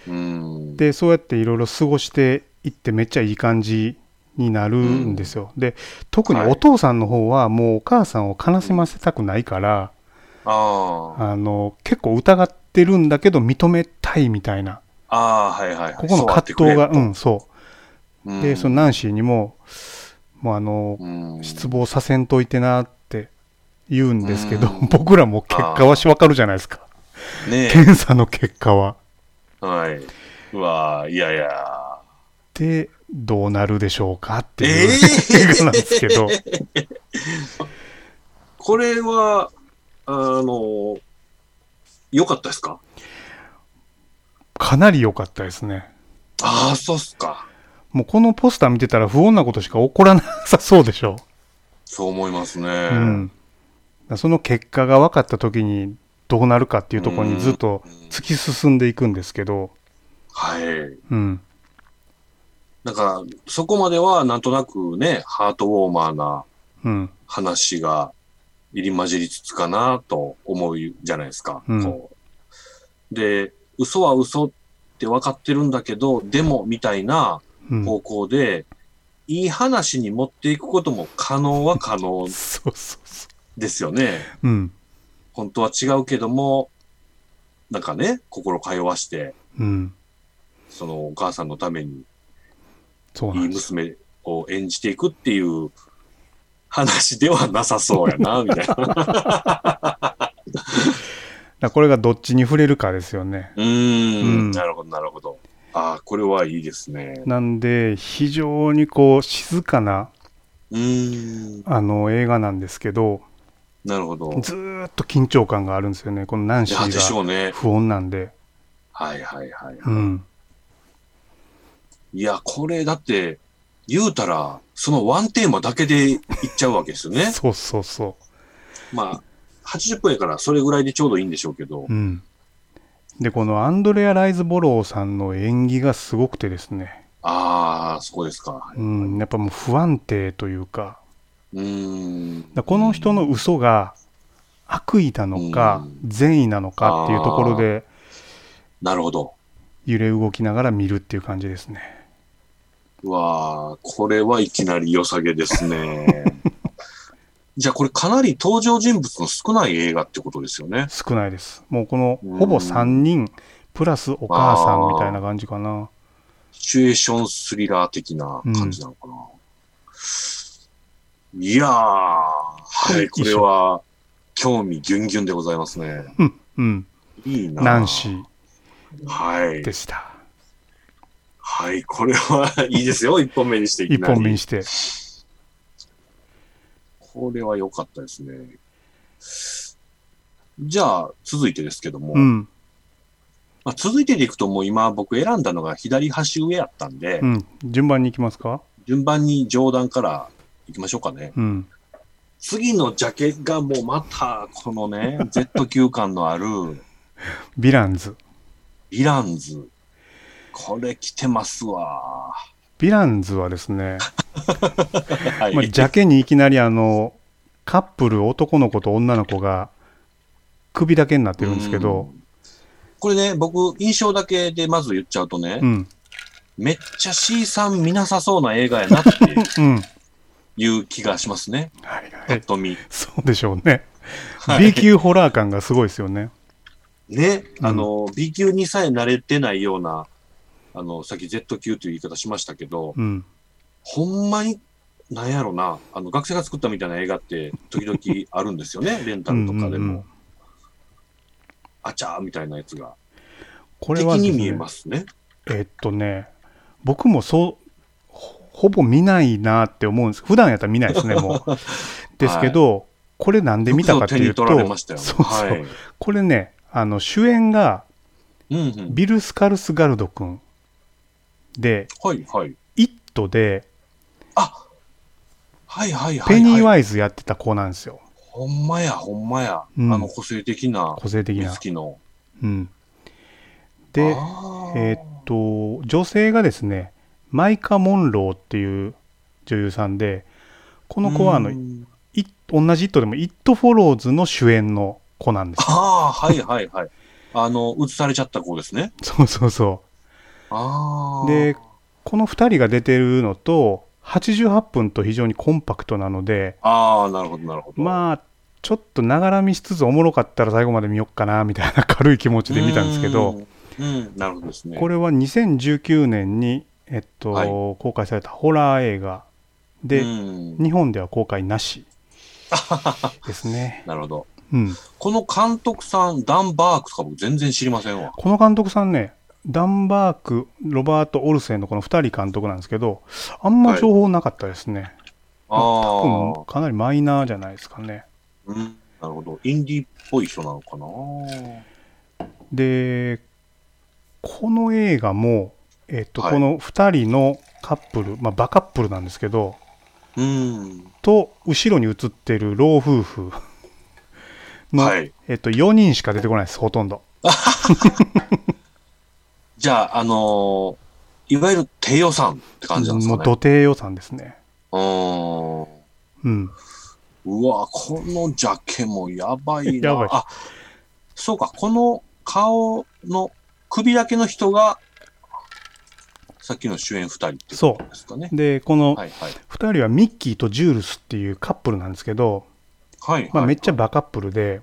Speaker 1: うん。
Speaker 2: でそうやっていろいろ過ごしていってめっちゃいい感じになるんですよ、で特に
Speaker 1: はい
Speaker 2: お父さんの方はもうお母さんを悲しませたくないから、
Speaker 1: ああ。
Speaker 2: あの結構疑ってるんだけど認めたいみたいな
Speaker 1: ああ、はいはいはい。
Speaker 2: ここの葛藤がうんそう
Speaker 1: う
Speaker 2: でその
Speaker 1: な、
Speaker 2: ナンシーにももうあの
Speaker 1: うん
Speaker 2: 失望させんといてなって言うんですけど、
Speaker 1: うん
Speaker 2: 僕らも結果はしわかるじゃないですか
Speaker 1: ね
Speaker 2: 検査の結果は
Speaker 1: え。はい。うわー、いやいや。
Speaker 2: でどうなるでしょうかって
Speaker 1: え
Speaker 2: いう、映画なんですけど。
Speaker 1: これは、あの、良かったですか
Speaker 2: かなり良かったですね。
Speaker 1: ああ、そうっすか。
Speaker 2: もうこのポスター見てたら不穏なことしか起こらなさそうでしょ
Speaker 1: そう思いますね。
Speaker 2: う。うん。だからその結果が分かった時にどうなるかっていうところにずっと突き進んでいくんですけど、
Speaker 1: はい。
Speaker 2: うん。
Speaker 1: なんか、そこまではなんとなくね、ハートウォーマーな
Speaker 2: うん。
Speaker 1: 話が入り混じりつつかなと思うじゃないですか。
Speaker 2: うん
Speaker 1: こうで、嘘は嘘って分かってるんだけど、でもみたいな
Speaker 2: うん。
Speaker 1: 方向で、いい話に持っていくことも可能は可能
Speaker 2: そうそうそ
Speaker 1: ですよね。
Speaker 2: う。うん。
Speaker 1: 本当は違うけども、なんかね、心通わして、
Speaker 2: うん。
Speaker 1: そのお母さんのために
Speaker 2: そうない
Speaker 1: い
Speaker 2: んです。
Speaker 1: 娘を演じていくっていう話ではなさそうやな、みたいな。
Speaker 2: だからこれがどっちに触れるかですよね。
Speaker 1: うー
Speaker 2: う
Speaker 1: ん、
Speaker 2: ん
Speaker 1: なるほど、なるほど。ああ、これはいいですね。
Speaker 2: なんで、非常にこう、静かな、
Speaker 1: うーん、
Speaker 2: あの、映画なんですけど、
Speaker 1: なるほど。
Speaker 2: ずーっと緊張感があるんですよね。このナン
Speaker 1: い
Speaker 2: シ
Speaker 1: や、でし
Speaker 2: ーが
Speaker 1: ょうね。
Speaker 2: 不穏なんで。
Speaker 1: はいはいはい。
Speaker 2: うん。
Speaker 1: いや、これだって、言うたら、そのワンテーマだけでいっちゃうわけですよね。
Speaker 2: そうそうそ
Speaker 1: まあ、80分やからそれぐらいでちょうどいいんでしょうけど
Speaker 2: う。。うん。で、このアンドレア・ライズボローさんの演技がすごくてですね。
Speaker 1: ああ、そこですか。
Speaker 2: うん。やっぱもう不安定というか、
Speaker 1: うーん。
Speaker 2: だからこの人の嘘が悪意なのか、善意なのかっていうところで、
Speaker 1: なるほど。
Speaker 2: 揺れ動きながら見るっていう感じですね。
Speaker 1: うわあ、これはいきなり良さげです ね。じゃあこれかなり登場人物の少ない映画ってことですよね。
Speaker 2: 少ないです。もうこの
Speaker 1: うん
Speaker 2: ほぼ3人、プラスお母さんみたいな感じかな。
Speaker 1: シチュエーションスリラー的な感じなのかな。いやー、はい、これは興味ギュンギュンでございますね。
Speaker 2: うん、うん。
Speaker 1: いいな。
Speaker 2: ナンシー
Speaker 1: はい
Speaker 2: で。した。
Speaker 1: はい、これはいいですよ。一本目にしていき
Speaker 2: 一
Speaker 1: なり。
Speaker 2: 本目にして。
Speaker 1: これは良かったですね。じゃあ、続いてですけども、
Speaker 2: うん、
Speaker 1: まあ、続いてでいくともう今僕選んだのが左端上やったんで、
Speaker 2: うん。順番に行きますか
Speaker 1: 順番に上段から行きましょうかね。
Speaker 2: うん。
Speaker 1: 次のジャケがもうまた、この ね、Z 級感のあるヴ
Speaker 2: ヴィランズ。
Speaker 1: ィランズ。これ来てますわ。
Speaker 2: ヴィランズはですね、
Speaker 1: はい。
Speaker 2: まあ、ジャケにいきなりあの、カップル、男の子と女の子が、首だけになってるんですけど
Speaker 1: う、んこれね、僕、印象だけでまず言っちゃうとね、
Speaker 2: うん、
Speaker 1: めっちゃ C さん見なさそうな映画やなって
Speaker 2: うん。はい
Speaker 1: いう気がします ね。
Speaker 2: は
Speaker 1: ぱっ
Speaker 2: い。
Speaker 1: と見。
Speaker 2: そうでしょうね。
Speaker 1: はい
Speaker 2: B 級ホラー感がすごいですよね。
Speaker 1: ね、
Speaker 2: うん
Speaker 1: あの、B 級にさえ慣れてないような、あの、さっき Z 級という言い方しましたけど、
Speaker 2: うん。
Speaker 1: ほんまに、なんやろな、あの、学生が作ったみたいな映画って、時々あるんですよね、レンタルとかでも。
Speaker 2: うんうんうん
Speaker 1: あちゃーみたいなやつが。
Speaker 2: これ
Speaker 1: 敵
Speaker 2: はですね、
Speaker 1: に見えますね。
Speaker 2: えっとね、僕もそう、ほほぼ見ないなって思うんです。普段やったら見ないです ね、もう。ですけど、これなんで見たかっていうと、
Speaker 1: よくぞ手に取られましたよ。
Speaker 2: そうそう、
Speaker 1: はい。
Speaker 2: これね、あの、主演が
Speaker 1: うんうん。
Speaker 2: ビル・スカルスガルド君で、
Speaker 1: はいはい。
Speaker 2: イットで
Speaker 1: あはいはいはい、は
Speaker 2: ペ
Speaker 1: い。
Speaker 2: ニーワイズやってた子なんですよ。
Speaker 1: ほんまや、ほんまや。
Speaker 2: うん
Speaker 1: あの、個性的な、
Speaker 2: 個性的
Speaker 1: 美
Speaker 2: な。
Speaker 1: 月の。
Speaker 2: うん。で、
Speaker 1: あー
Speaker 2: えっと、女性がですね、マイカ・モンローっていう女優さんで、この子はあの
Speaker 1: う、ん
Speaker 2: い同じ「イット!」でも「イットフォローズ」の主演の子なんですよ
Speaker 1: ああ、はいはいはい。あの、映されちゃった子ですね。
Speaker 2: そうそうそう
Speaker 1: ああ。
Speaker 2: で、この2人が出てるのと88分と非常にコンパクトなので
Speaker 1: ああ、なるほど、なるほど。あ、
Speaker 2: まあちょっとながら見しつつおもろかったら最後まで見よっかなみたいな軽い気持ちで見たんですけど。
Speaker 1: うん、なるほどですね。
Speaker 2: これは2019年に、えっと
Speaker 1: はい
Speaker 2: 公開されたホラー映画で、
Speaker 1: うん
Speaker 2: 日本では公開なしですね、
Speaker 1: なるほど。
Speaker 2: うん、
Speaker 1: この監督さん、ダン・バークとか僕全然知りませんわ。
Speaker 2: この監督さんね、ダンバーク、ロバート・オルセンのこの2人監督なんですけど、あんま情報なかったですね。
Speaker 1: ああ
Speaker 2: 多分かなりマイナーじゃないですかね。
Speaker 1: ー。うん。なるほど。インディーっぽい人なのかな
Speaker 2: で、この映画も、えっと、
Speaker 1: はい
Speaker 2: この2人のカップル、まあ、バカップルなんですけど、
Speaker 1: うん。
Speaker 2: と、後ろに映ってる老夫婦の、
Speaker 1: はい。
Speaker 2: えっと、4人しか出てこないです、ほとんど。
Speaker 1: じゃあ、あのーいわゆる低予算って感じなんです
Speaker 2: も
Speaker 1: か
Speaker 2: う
Speaker 1: ね。
Speaker 2: 土手予算ですね。
Speaker 1: うーん。
Speaker 2: うん。
Speaker 1: うわ、このジャケもやばいな。
Speaker 2: やばい
Speaker 1: あ、そうか、この顔の首だけの人が、さっきの主演二人っていうことですかね。
Speaker 2: で、この
Speaker 1: はいはい。
Speaker 2: 2人はミッキーとジュールスっていうカップルなんですけど、
Speaker 1: はい、はい。
Speaker 2: まあ、めっちゃバカップルで、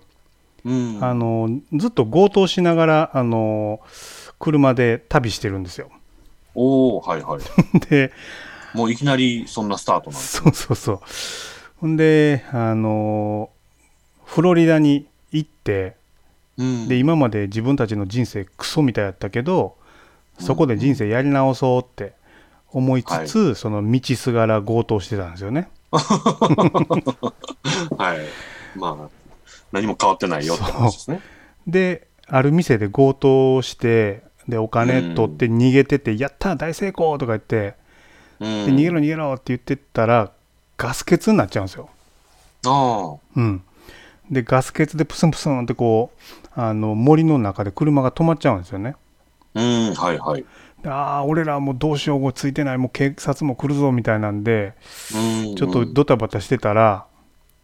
Speaker 1: うん。
Speaker 2: あのずっと強盗しながらあの車で旅してるんですよ。
Speaker 1: おおはいはい。
Speaker 2: で
Speaker 1: もういきなりそんなスタートなんです。
Speaker 2: そうそうそうほんであのフロリダに行って
Speaker 1: うん。
Speaker 2: で今まで自分たちの人生クソみたいだったけどそこで人生やり直そうって思いつつ、その道すがら強盗してたんですよね。
Speaker 1: はい。まあ、何も変わってないよって話ですね。
Speaker 2: である店で強盗してでお金取って逃げてて「やった大成功!」とか言って
Speaker 1: う
Speaker 2: 「
Speaker 1: ん。
Speaker 2: で逃げろ逃げろ!」って言ってったらガス欠になっちゃうんですよ。
Speaker 1: あ
Speaker 2: うん、でガス欠でプスンプスンってこうあの森の中で車が止まっちゃうんですよね。
Speaker 1: あ。うん、はいはい。
Speaker 2: でああ俺らもうどうしようもうついてないもう警察も来るぞみたいなんで
Speaker 1: うん。
Speaker 2: ちょっとドタバタしてたら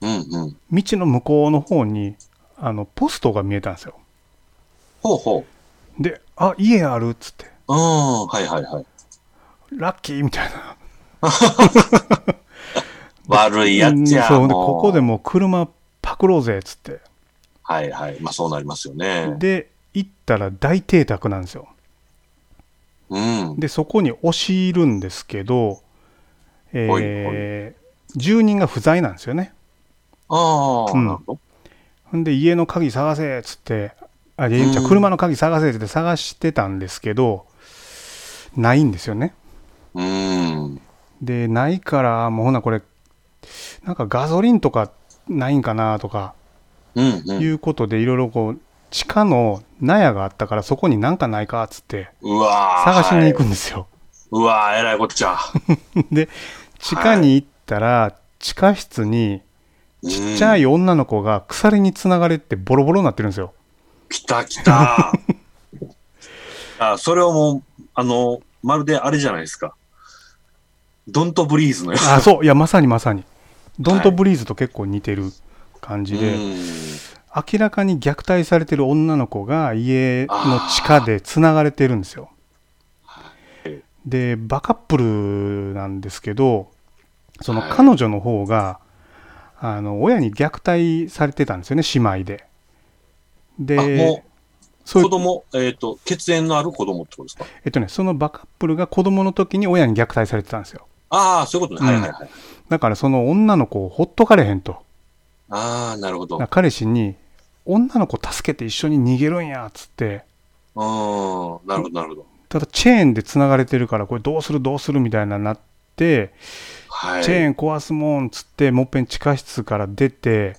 Speaker 1: うんうん。
Speaker 2: 道の向こうの方にあのポストが見えたんですよ。
Speaker 1: ほうほう。
Speaker 2: で「あ家ある」っつって
Speaker 1: うん、はいはいはい。
Speaker 2: 「ラッキー」みたいな。
Speaker 1: 悪いやっちゃ
Speaker 2: うんそうで
Speaker 1: もう
Speaker 2: ここでもう車パクろうぜっつって
Speaker 1: はいはい。まあそうなりますよね。
Speaker 2: で行ったら大邸宅なんですよ。
Speaker 1: うん。
Speaker 2: でそこに押し入るんですけど、えー
Speaker 1: はい
Speaker 2: 住人が不在なんですよね。
Speaker 1: ああ、
Speaker 2: うん
Speaker 1: なるほど。
Speaker 2: ほんで家の鍵探せっつってあいや
Speaker 1: うん
Speaker 2: じゃあ車の鍵探せっつって探してたんですけどないんですよね。
Speaker 1: うーん。
Speaker 2: でないからもうほなこれなんかガソリンとかないんかなとか
Speaker 1: うん、う
Speaker 2: い
Speaker 1: ん。
Speaker 2: うことでいろいろこう地下の納屋があったからそこになんかないかっつって
Speaker 1: うわー
Speaker 2: 探しに行く
Speaker 1: はい
Speaker 2: んですよ。
Speaker 1: うわーえらいこっちゃ。
Speaker 2: で地下に行ったら地下室に ちっちゃ
Speaker 1: よ。
Speaker 2: い女の子が鎖につながれてボロボロになってるんで すよ。
Speaker 1: きたき た。あそれをもう、あの、まるであれじゃないですか。ドントブリーズのや
Speaker 2: あ、そう、いや、まさにまさに。ドントブリーズと結構似てる感
Speaker 1: つ。
Speaker 2: じ
Speaker 1: う
Speaker 2: で、
Speaker 1: ー
Speaker 2: 明らかに虐待されてる女の子が家の地下でつながれてるんですよ。で、バカップルなんですけど、その
Speaker 1: はい
Speaker 2: 彼女の方が、あの、親に虐待されてたんですよね、姉妹で。
Speaker 1: ん。あ、
Speaker 2: で
Speaker 1: も、、
Speaker 2: そううい
Speaker 1: 子
Speaker 2: う、
Speaker 1: 供、えっ、と、血縁のある子供ってことですか。
Speaker 2: えっとね、そのバカップルが子供の時に親に虐待されてたんですよ。
Speaker 1: ああ、そういうことね。はいはいはい。
Speaker 2: だからその女の子をほっとかれへんと。
Speaker 1: ああ、なるほど。う
Speaker 2: な彼氏に女の子助けて一緒に逃げるんやっつって
Speaker 1: ーん。なるほど、なるほど。
Speaker 2: ただチェーンでつながれてるからこれどうするどうするみたいななって、
Speaker 1: はい。
Speaker 2: チェーン壊すもんっつってもっぺん地下室から出て、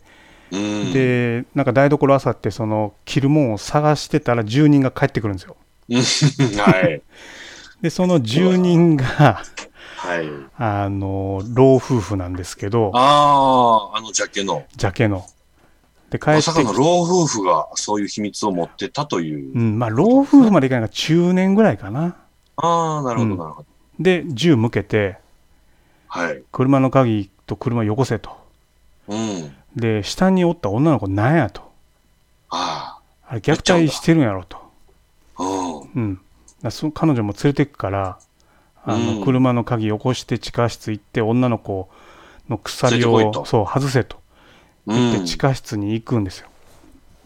Speaker 1: うん、
Speaker 2: でなんか台所あさってその着るもんを探してたら住人が帰ってくるんですよ
Speaker 1: はい。
Speaker 2: でその住人が
Speaker 1: はい。
Speaker 2: あの老夫婦なんですけど
Speaker 1: ああ、あのジャケの。
Speaker 2: ジャケので帰っ
Speaker 1: ま
Speaker 2: て
Speaker 1: さか
Speaker 2: き
Speaker 1: の老夫婦がそういう秘密を持ってたという。
Speaker 2: うんまあ、老夫婦までいかないが中年ぐらいかな
Speaker 1: ああ、なるほ
Speaker 2: うん
Speaker 1: ど、なるほど。
Speaker 2: で銃向けて
Speaker 1: はい。
Speaker 2: 車の鍵と車よこせと
Speaker 1: うん。
Speaker 2: で下におった女の子なんやと
Speaker 1: あ
Speaker 2: あれ虐待してるんやろと
Speaker 1: あ、うん。
Speaker 2: うんだからその彼女も連れてくからあの、
Speaker 1: うん
Speaker 2: 車の鍵よこして地下室行って女の子の
Speaker 1: 連
Speaker 2: 鎖
Speaker 1: れてこい
Speaker 2: を
Speaker 1: と
Speaker 2: そう外せと
Speaker 1: う
Speaker 2: 言って
Speaker 1: ん
Speaker 2: 地。下室に行くんですよ、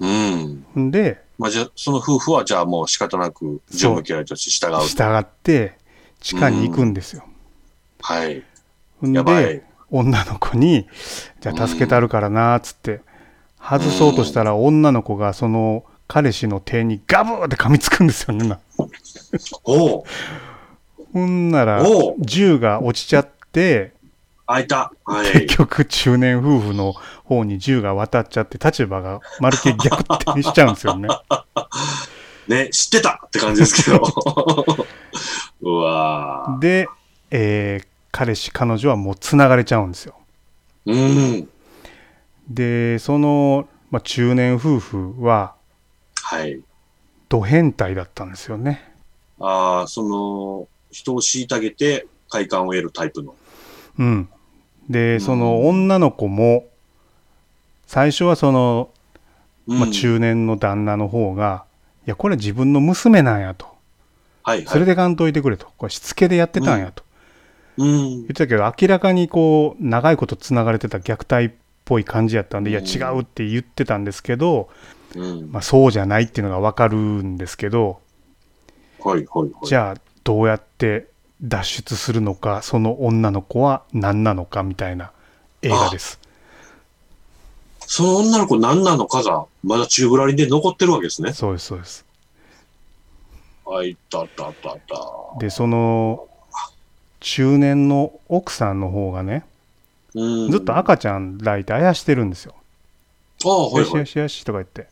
Speaker 1: うん。
Speaker 2: ん、で
Speaker 1: まあ、じゃあその夫婦は、じゃあもう仕方なく、ジョン・ムキャラとして従う。
Speaker 2: 従って地下に行くんですよ、
Speaker 1: はい。
Speaker 2: ん
Speaker 1: やばい
Speaker 2: で。女の子に「じゃあ助けたるからな」っつって外そうとしたら女の子がその彼氏の手にガブーって噛みつくんですよねな
Speaker 1: おう
Speaker 2: ほんなら
Speaker 1: おう
Speaker 2: 銃が落ちちゃって
Speaker 1: あいた。は
Speaker 2: 結
Speaker 1: い。
Speaker 2: 局中年夫婦の方に銃が渡っちゃって立場がまるっきり逆転しちゃうんですよ ね。
Speaker 1: ね、知ってたって感じですけど。 うわ
Speaker 2: で、えー彼氏彼女はもう繋がれちゃうんですよ。
Speaker 1: ーうん。
Speaker 2: でその、まあ、中年夫婦は
Speaker 1: はい。
Speaker 2: ド変態だったんですよね。
Speaker 1: ああ、その、人を虐げて快感を得るタイプの。
Speaker 2: うん、で
Speaker 1: ん
Speaker 2: その女の子も最初はその、
Speaker 1: うん
Speaker 2: まあ、中年の旦那の方が、いやこれ自分の娘なんやと
Speaker 1: はい、はい。
Speaker 2: それでかんといてくれとこれしつけでやってたんやと、
Speaker 1: うん
Speaker 2: 言っ。てたけど明らかにこう長いことつながれてた虐待っぽい感じやったんで、
Speaker 1: うん
Speaker 2: いや違うって言ってたんですけど、
Speaker 1: うん。
Speaker 2: まあ、そうじゃないっていうのが分かるんですけど
Speaker 1: はい、はい、はい。
Speaker 2: じゃあどうやって脱出するのかその女の子は何なのかみたいな映画です。
Speaker 1: その女の子何なのかが、まだ中ぶらりんで残ってるわけですね。
Speaker 2: そうですそうです
Speaker 1: あいたたたた。
Speaker 2: でその中年の奥さんの方がね
Speaker 1: うん。
Speaker 2: ずっと
Speaker 1: あ
Speaker 2: 赤ちゃん抱いてあやしてるんですよ。
Speaker 1: あ、は
Speaker 2: よ
Speaker 1: い、
Speaker 2: し
Speaker 1: は
Speaker 2: よ
Speaker 1: い。
Speaker 2: しよしとか言って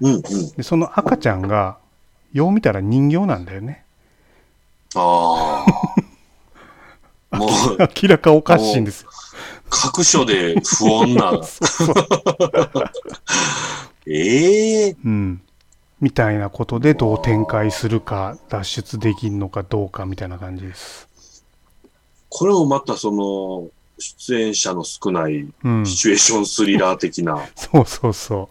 Speaker 1: うん、うん。
Speaker 2: でその赤ちゃんがよう見たら人形なんだよね
Speaker 1: ああ。 もう、
Speaker 2: 明らかおかしいんですよ。
Speaker 1: 各所で不穏 な。 ええ
Speaker 2: うん、みたいなことでどう展開するか脱出できんのかどうかみたいな感じです。
Speaker 1: これもまたその、出演者の少ない
Speaker 2: うん、
Speaker 1: シ
Speaker 2: そ
Speaker 1: チュエーションスリラー的な。
Speaker 2: うそうそ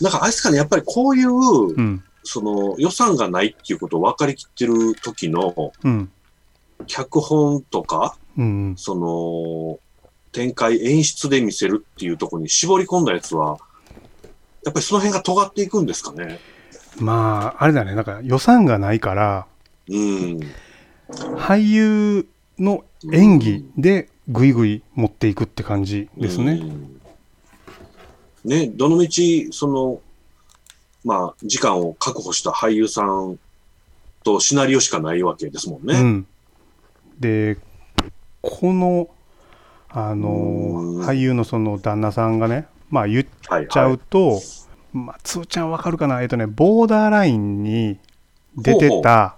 Speaker 1: なんか、あれですかね、やっぱりこういう、
Speaker 2: う。うん
Speaker 1: その、予算がないっていうことを分かりきってる時の、
Speaker 2: うん
Speaker 1: 脚本とか、
Speaker 2: うん、
Speaker 1: その、展開、演出で見せるっていうところに絞り込んだやつは、やっぱりその辺が尖っていくんですかね。
Speaker 2: まああれだねなんか予算がないから
Speaker 1: うん。
Speaker 2: 俳優の演技でぐいぐい持っていくって感じですね。
Speaker 1: うん。ね、どのみち、その、まあ、時間を確保した俳優さんとシナリオしかないわけですもん
Speaker 2: う
Speaker 1: ね。
Speaker 2: ん、でこのあの
Speaker 1: うん
Speaker 2: 俳優のその旦那さんがねまあ言っ
Speaker 1: はい、
Speaker 2: ちゃ
Speaker 1: は
Speaker 2: う
Speaker 1: い。
Speaker 2: と、まあ、つーちゃんわかるかなえっとねボーダーラインに出てた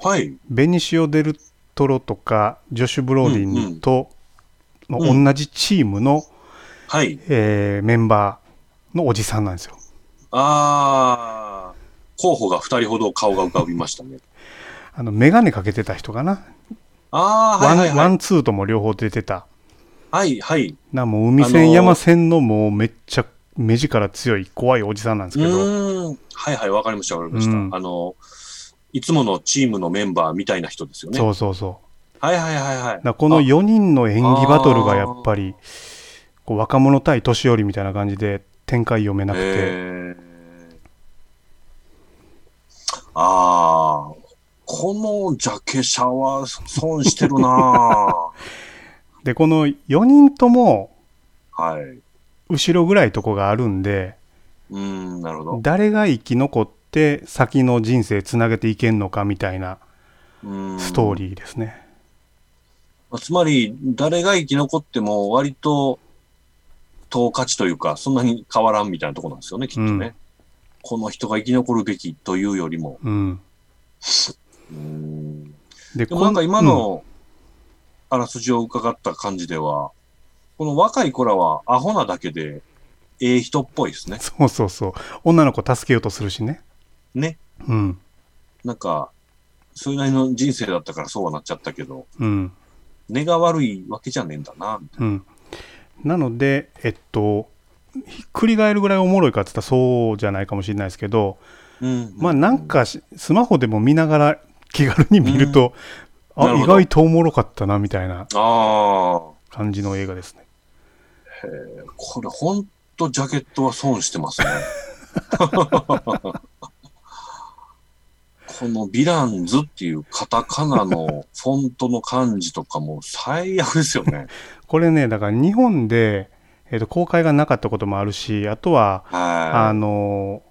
Speaker 1: はい。
Speaker 2: ベニシオ・デルトロとかジョシュ・ブローディンとの
Speaker 1: うん
Speaker 2: 同じチームの、
Speaker 1: はい。
Speaker 2: えーメンバーのおじさんなんですよ。
Speaker 1: あー、候補が二人ほど顔が浮かびましたね。
Speaker 2: あの眼鏡かけてた人かな、
Speaker 1: あー、はいはい、
Speaker 2: ワンワ
Speaker 1: はい。
Speaker 2: ンツーとも両方出てた
Speaker 1: はい、はい。
Speaker 2: なもう海
Speaker 1: あの
Speaker 2: 線
Speaker 1: ー
Speaker 2: 山線のもうめっちゃ目力強い怖いおじさんなんですけ
Speaker 1: う
Speaker 2: ど、
Speaker 1: ーん。はいはい、わかりました、わかりました。
Speaker 2: うん
Speaker 1: あの、いつものチームのメンバーみたいな人ですよね。
Speaker 2: そうそうそ。
Speaker 1: はいはいはいはいう
Speaker 2: なこの
Speaker 1: あ
Speaker 2: 4人の演技バトルがやっぱりこう若者対年寄りみたいな感じで展開読めなくて、
Speaker 1: えーあー、このジャケ写は損してるな
Speaker 2: でこの4人とも
Speaker 1: はい。
Speaker 2: 後ろぐらいとこがあるんで
Speaker 1: うん、なるほど。
Speaker 2: 誰が生き残って先の人生つなげていけんのかみたいな
Speaker 1: うん
Speaker 2: ストーリーですね。
Speaker 1: まあつまり、誰が生き残っても割と、等価値というか、そんなに変わらんみたいなとこなんですよね、きっとね。
Speaker 2: うん
Speaker 1: この人が生き残るべきというよりも。
Speaker 2: うん、
Speaker 1: うん
Speaker 2: で
Speaker 1: でもなんか今、
Speaker 2: こ
Speaker 1: のあらすじを伺った感じでは、この若い子らはアホなだけで、ええ人っぽいですね
Speaker 2: うん。そうそうそう女の子助けようとするしね。
Speaker 1: ね。
Speaker 2: うん
Speaker 1: なんか、それなりの人生だったからそうはなっちゃったけど、
Speaker 2: うん
Speaker 1: 根が悪いわけじゃねえんだな、みたい
Speaker 2: うん、なので、えっと、ひっくり返るぐらいおもろいかって言ったらそうじゃないかもしれないですけど、
Speaker 1: な。うん
Speaker 2: まあなん、かしスマホでも見ながら気軽に見ると、
Speaker 1: うんな
Speaker 2: あ
Speaker 1: る
Speaker 2: 意
Speaker 1: ほど
Speaker 2: 外とおもろかったなみたいな
Speaker 1: ああ、
Speaker 2: 感じの映画ですね。
Speaker 1: これほんとジャケットは損してますね。 このヴィランズっていうカタカナのフォントの感じとかも最悪ですよね。
Speaker 2: これねだから日本で、えっと、公開がなかったこともあるしあとは
Speaker 1: はい。
Speaker 2: あの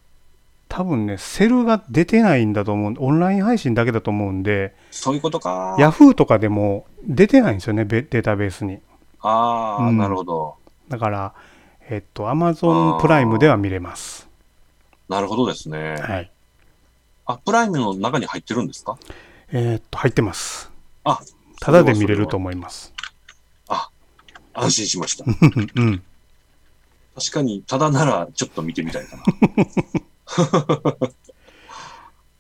Speaker 2: 多分ね、セルが出てないんだと思う。オンライン配信だけだと思うんで、
Speaker 1: そういうことか。
Speaker 2: ヤフーとかでも出てないんですよね、ベデータベースに。
Speaker 1: ああ、
Speaker 2: うん
Speaker 1: なるほど。
Speaker 2: だから、えっと、アマゾンプライムでは見れます。
Speaker 1: なるほどですね。
Speaker 2: はい。
Speaker 1: あ、プライムの中に入ってるんですか
Speaker 2: えっと、入ってます。
Speaker 1: あ、
Speaker 2: ただで見れると思います。
Speaker 1: 安心しま した。
Speaker 2: うんうん。
Speaker 1: 確かに、ただならちょっと見てみたい かな。へ
Speaker 2: で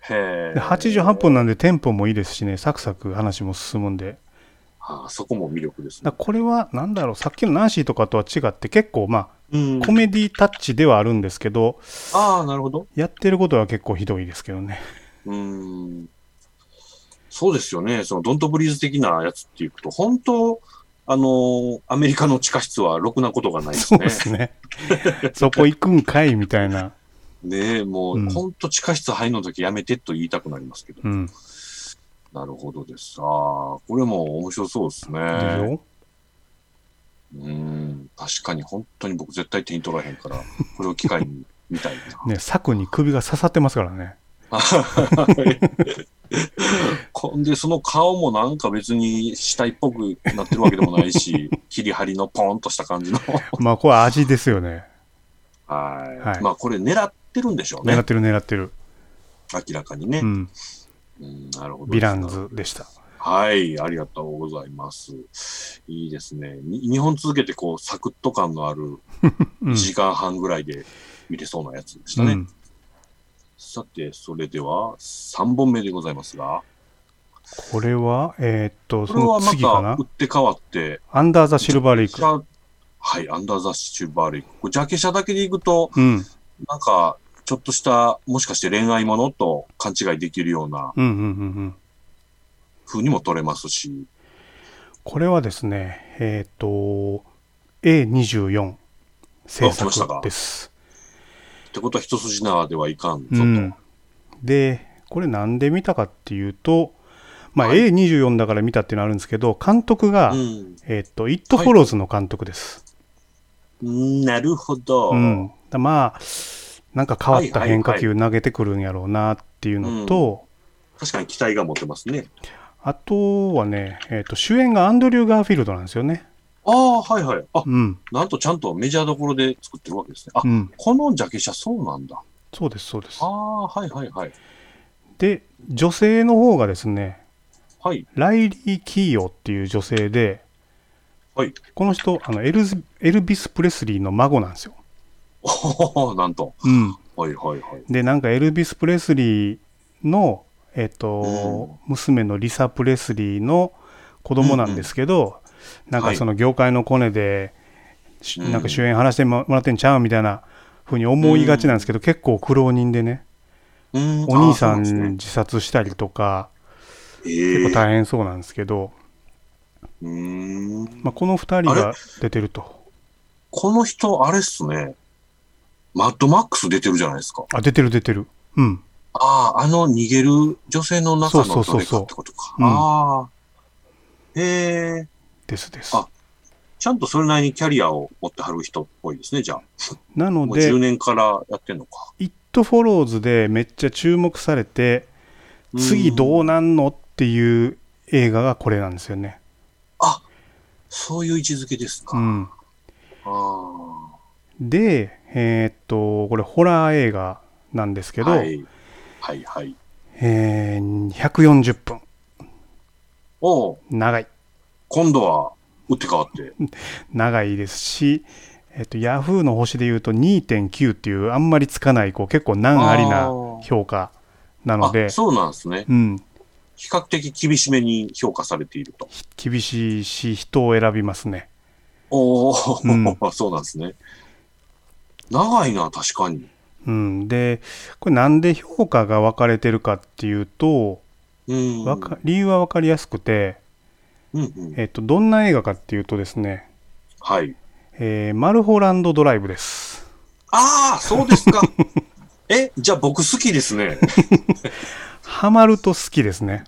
Speaker 1: え。
Speaker 2: 88分なんでテンポもいいですしね、サクサク話も進むんで。
Speaker 1: あーそこも魅力です
Speaker 2: だ
Speaker 1: ね。
Speaker 2: これは、なんだろう、さっきのナンシーとかとは違って、結構、ま
Speaker 1: うん
Speaker 2: あ、コメディタッチではあるんですけど、
Speaker 1: ああ、なるほど。
Speaker 2: やってることは結構ひどいですけどね。
Speaker 1: うーん。そうですよね。その、ドントブリーズ的なやつっていうと、本当あのーアメリカの地下室はろくなことがないです
Speaker 2: そう
Speaker 1: ね
Speaker 2: で。すね。そこ行くんかいみたいな。
Speaker 1: ねえ、も
Speaker 2: う
Speaker 1: う、
Speaker 2: ん
Speaker 1: ほんと地下室入るのだけやめてと言いたくなりますけど。
Speaker 2: うん。で
Speaker 1: なるほどです。ああ、これも面白そうですね。
Speaker 2: しょ
Speaker 1: うん、確かに本当に僕絶対手に取らへんから、これを機会に見たい な。
Speaker 2: ね、柵に首が刺さってますからね。
Speaker 1: こんで、その顔もなんか別に死体っぽくなってるわけでもないし、切り張りのポンとした感じの。
Speaker 2: まあ、これは味ですよね。
Speaker 1: はい,、
Speaker 2: はい
Speaker 1: まあこれ狙ってるんでしょう
Speaker 2: 狙っ
Speaker 1: ね。
Speaker 2: てる狙ってる。
Speaker 1: 明らかにね
Speaker 2: う。ん。
Speaker 1: うん、なるほど
Speaker 2: ヴ
Speaker 1: で
Speaker 2: ィ
Speaker 1: すな
Speaker 2: ランズでした。
Speaker 1: はい、ありがとうございます。いいですね。2本続けてこう、サクッと感のある
Speaker 2: うん。
Speaker 1: 1時間半ぐらいで見れそうなやつでした
Speaker 2: う
Speaker 1: ね。
Speaker 2: ん、
Speaker 1: さて、それでは3本目でございますが、
Speaker 2: これは、えーっと、
Speaker 1: こ
Speaker 2: そ
Speaker 1: れ
Speaker 2: の
Speaker 1: はま
Speaker 2: 次かな
Speaker 1: た打。って変わって、
Speaker 2: アンダーザ・シルバーレイク
Speaker 1: ジ。ャはい、アンダーザ・シルバーレイク。これジャケ写だけでいくと、
Speaker 2: うん。
Speaker 1: なんか、ちょっとした、もしかして恋愛ものと勘違いできるような
Speaker 2: うんうんうんうん。
Speaker 1: 風にも取れますし、
Speaker 2: これはですね、えっ、と、A24 制
Speaker 1: あ来ましたか
Speaker 2: 作です。
Speaker 1: ってことは一筋縄ではいかんぞと。
Speaker 2: うん、で、これなんで見たかっていうと、まあ、
Speaker 1: はい
Speaker 2: A24 だから見たっていうのはあるんですけど、監督が、
Speaker 1: うん
Speaker 2: えっ、と、It Follows の監督です。
Speaker 1: なるほど。
Speaker 2: うん、だまあ、なんか変わった
Speaker 1: はいはいは
Speaker 2: 変
Speaker 1: い
Speaker 2: 化球投げてくるんやろうなっていうのと、
Speaker 1: 確かに期待が持てますね。
Speaker 2: あとはね、えっ、と、主演がアンドリュー・ガーフィールドなんですよね。
Speaker 1: ああ、はいはい。あ、
Speaker 2: うん。
Speaker 1: なんとちゃんとメジャーどころで作ってるわけですね。あ、
Speaker 2: うん。
Speaker 1: このジャケ写そうなんだ。
Speaker 2: そうです、そうです
Speaker 1: あ。あ、はいはいはい。
Speaker 2: で、女性の方がですね、
Speaker 1: はい。
Speaker 2: ライリー・キーヨっていう女性で、
Speaker 1: はい
Speaker 2: この人あのエルズエルビス・プレスリーの孫なんですよ、
Speaker 1: おほほほ なんと。はいはいはい。
Speaker 2: でなんかエルビス・プレスリーの、えっと娘のリサ・プレスリーの子供なんですけど、なんかその業界のコネで、し
Speaker 1: うん
Speaker 2: なんか主演話してもらってんちゃうみたいな風に思いがちなんですけど、結構苦労人でね
Speaker 1: うーん
Speaker 2: お兄さ
Speaker 1: あー
Speaker 2: ん
Speaker 1: そうなんで
Speaker 2: 自殺したりとか、
Speaker 1: すねえ
Speaker 2: 結構
Speaker 1: え
Speaker 2: 大変そうなんですけど、
Speaker 1: うーん。
Speaker 2: まあ、この2人が出てると
Speaker 1: この人、あれっすね。マッドマックス出てるじゃないですか。
Speaker 2: あ出てる出てるうん
Speaker 1: ああ、あの逃げる女性の中
Speaker 2: そう
Speaker 1: の
Speaker 2: そうそ
Speaker 1: ど
Speaker 2: う
Speaker 1: れ
Speaker 2: そう
Speaker 1: かってことか。
Speaker 2: うん
Speaker 1: ああ。ええ
Speaker 2: ですです
Speaker 1: あちゃんとそれなりにキャリアを持ってはる人っぽいですね、じゃあ。
Speaker 2: なの
Speaker 1: もう
Speaker 2: で
Speaker 1: 10年からやってんのか。
Speaker 2: 「It Follows」でめっちゃ注目されて次どう
Speaker 1: な
Speaker 2: なんのっていう映画がこれなんですよね。
Speaker 1: あそういう位置づけですか。
Speaker 2: う
Speaker 1: あ
Speaker 2: ん、
Speaker 1: あ。
Speaker 2: で、えーっとこれホラー映画なんですけど、
Speaker 1: はい。はいはい。
Speaker 2: えー140分
Speaker 1: おう
Speaker 2: 長い
Speaker 1: 今度は打って変わって。
Speaker 2: 長いですし、えっとヤフーの星でいうと2.9っていうあんまりつかないこう結構難あり
Speaker 1: あ
Speaker 2: な
Speaker 1: ー
Speaker 2: 評価なので
Speaker 1: あ、そうなんですね。
Speaker 2: うん、
Speaker 1: 比較的厳しめに評価されていると。
Speaker 2: 厳しいし人を選びますね。
Speaker 1: おお、 そうなんですね。長いな、確かに。
Speaker 2: うん、でこれなんで評価が分かれてるかっていうと、
Speaker 1: うん。
Speaker 2: わか理由は分かりやすくて、
Speaker 1: うんうん。
Speaker 2: えっと、どんな映画かっていうとですね、
Speaker 1: はい。
Speaker 2: えーマルホランドドライブです
Speaker 1: ああ、そうです か。え、じゃあ僕好きですね。
Speaker 2: ハマると好きですね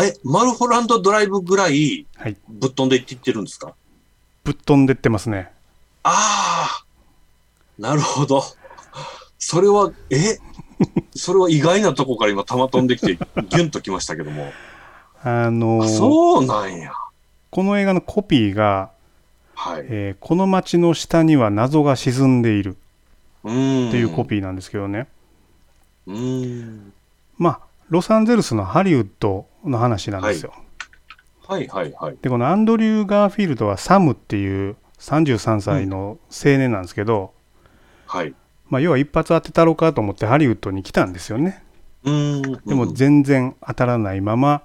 Speaker 1: え、マルホランドドライブぐらい
Speaker 2: はい
Speaker 1: ぶっ飛んでいっていってるんですか
Speaker 2: ぶっ飛んでってますね
Speaker 1: ああ、なるほど。それは、えそれは意外なとこから今、玉飛んできて、ギュンときましたけども。
Speaker 2: あの
Speaker 1: あ
Speaker 2: ー
Speaker 1: そうなんや。
Speaker 2: この映画のコピーが、
Speaker 1: はい。
Speaker 2: えーこの街の下には謎が沈んでいる
Speaker 1: うん。
Speaker 2: っていうコピーなんですけどね、
Speaker 1: ー。うん。
Speaker 2: まあロサンゼルスのハリウッドの話なんですよ、
Speaker 1: はいはいはい。
Speaker 2: でこのアンドリュー・ガーフィールドはサムっていう33歳の青年なんですけど、
Speaker 1: はい。
Speaker 2: まあ、要は一発当てたろうかと思ってハリウッドに来たんですよね
Speaker 1: うん。
Speaker 2: でも
Speaker 1: うん
Speaker 2: 全然当たらないまま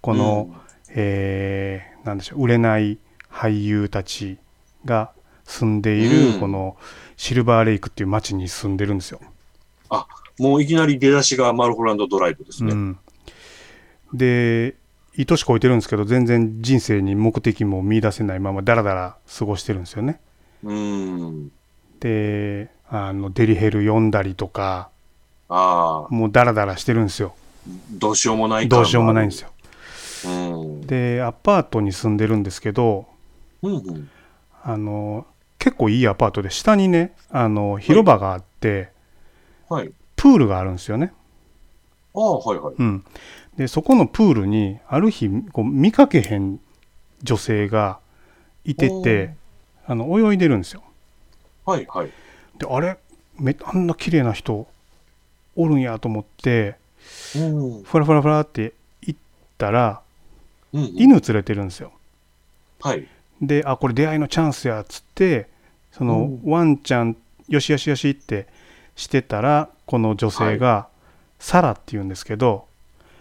Speaker 2: この、、えーなんでしょう売れない俳優たちが住んでい
Speaker 1: う
Speaker 2: る、
Speaker 1: ん
Speaker 2: このシルバーレイクっていう町に住んでるんですよ。
Speaker 1: うんもういきなり出だしがマルホランドドライブです
Speaker 2: う
Speaker 1: ね。
Speaker 2: ん、で愛しこいてるんですけど全然人生に目的も見出せないままダラダラ過ごしてるんですよね。
Speaker 1: うん。
Speaker 2: であのデリヘル読んだりとか
Speaker 1: ああ、
Speaker 2: もうダラダラしてるんですよ
Speaker 1: どうしようもない
Speaker 2: どうしようもないんです
Speaker 1: よ。
Speaker 2: よ。
Speaker 1: うん。
Speaker 2: でアパートに住んでるんですけど
Speaker 1: うんうん。
Speaker 2: あの結構いいアパートで下にねあの広場があって、
Speaker 1: はい。
Speaker 2: プールがあるんですよね。
Speaker 1: ああ、はいはい。
Speaker 2: うん、でそこのプールにある日こう見かけへん女性がいて
Speaker 1: おー
Speaker 2: てあの泳いでるんですよ。
Speaker 1: はいはい。
Speaker 2: であれめあんな綺麗な人おるんやと思って
Speaker 1: うん。
Speaker 2: ふらふらふらって行ったら
Speaker 1: うん
Speaker 2: 犬連れてるんですよ。
Speaker 1: はい。
Speaker 2: であこれ出会いのチャンスやっつってそのワンちゃんよしよしよしってしてたらこの女性がサラっていうんですけど、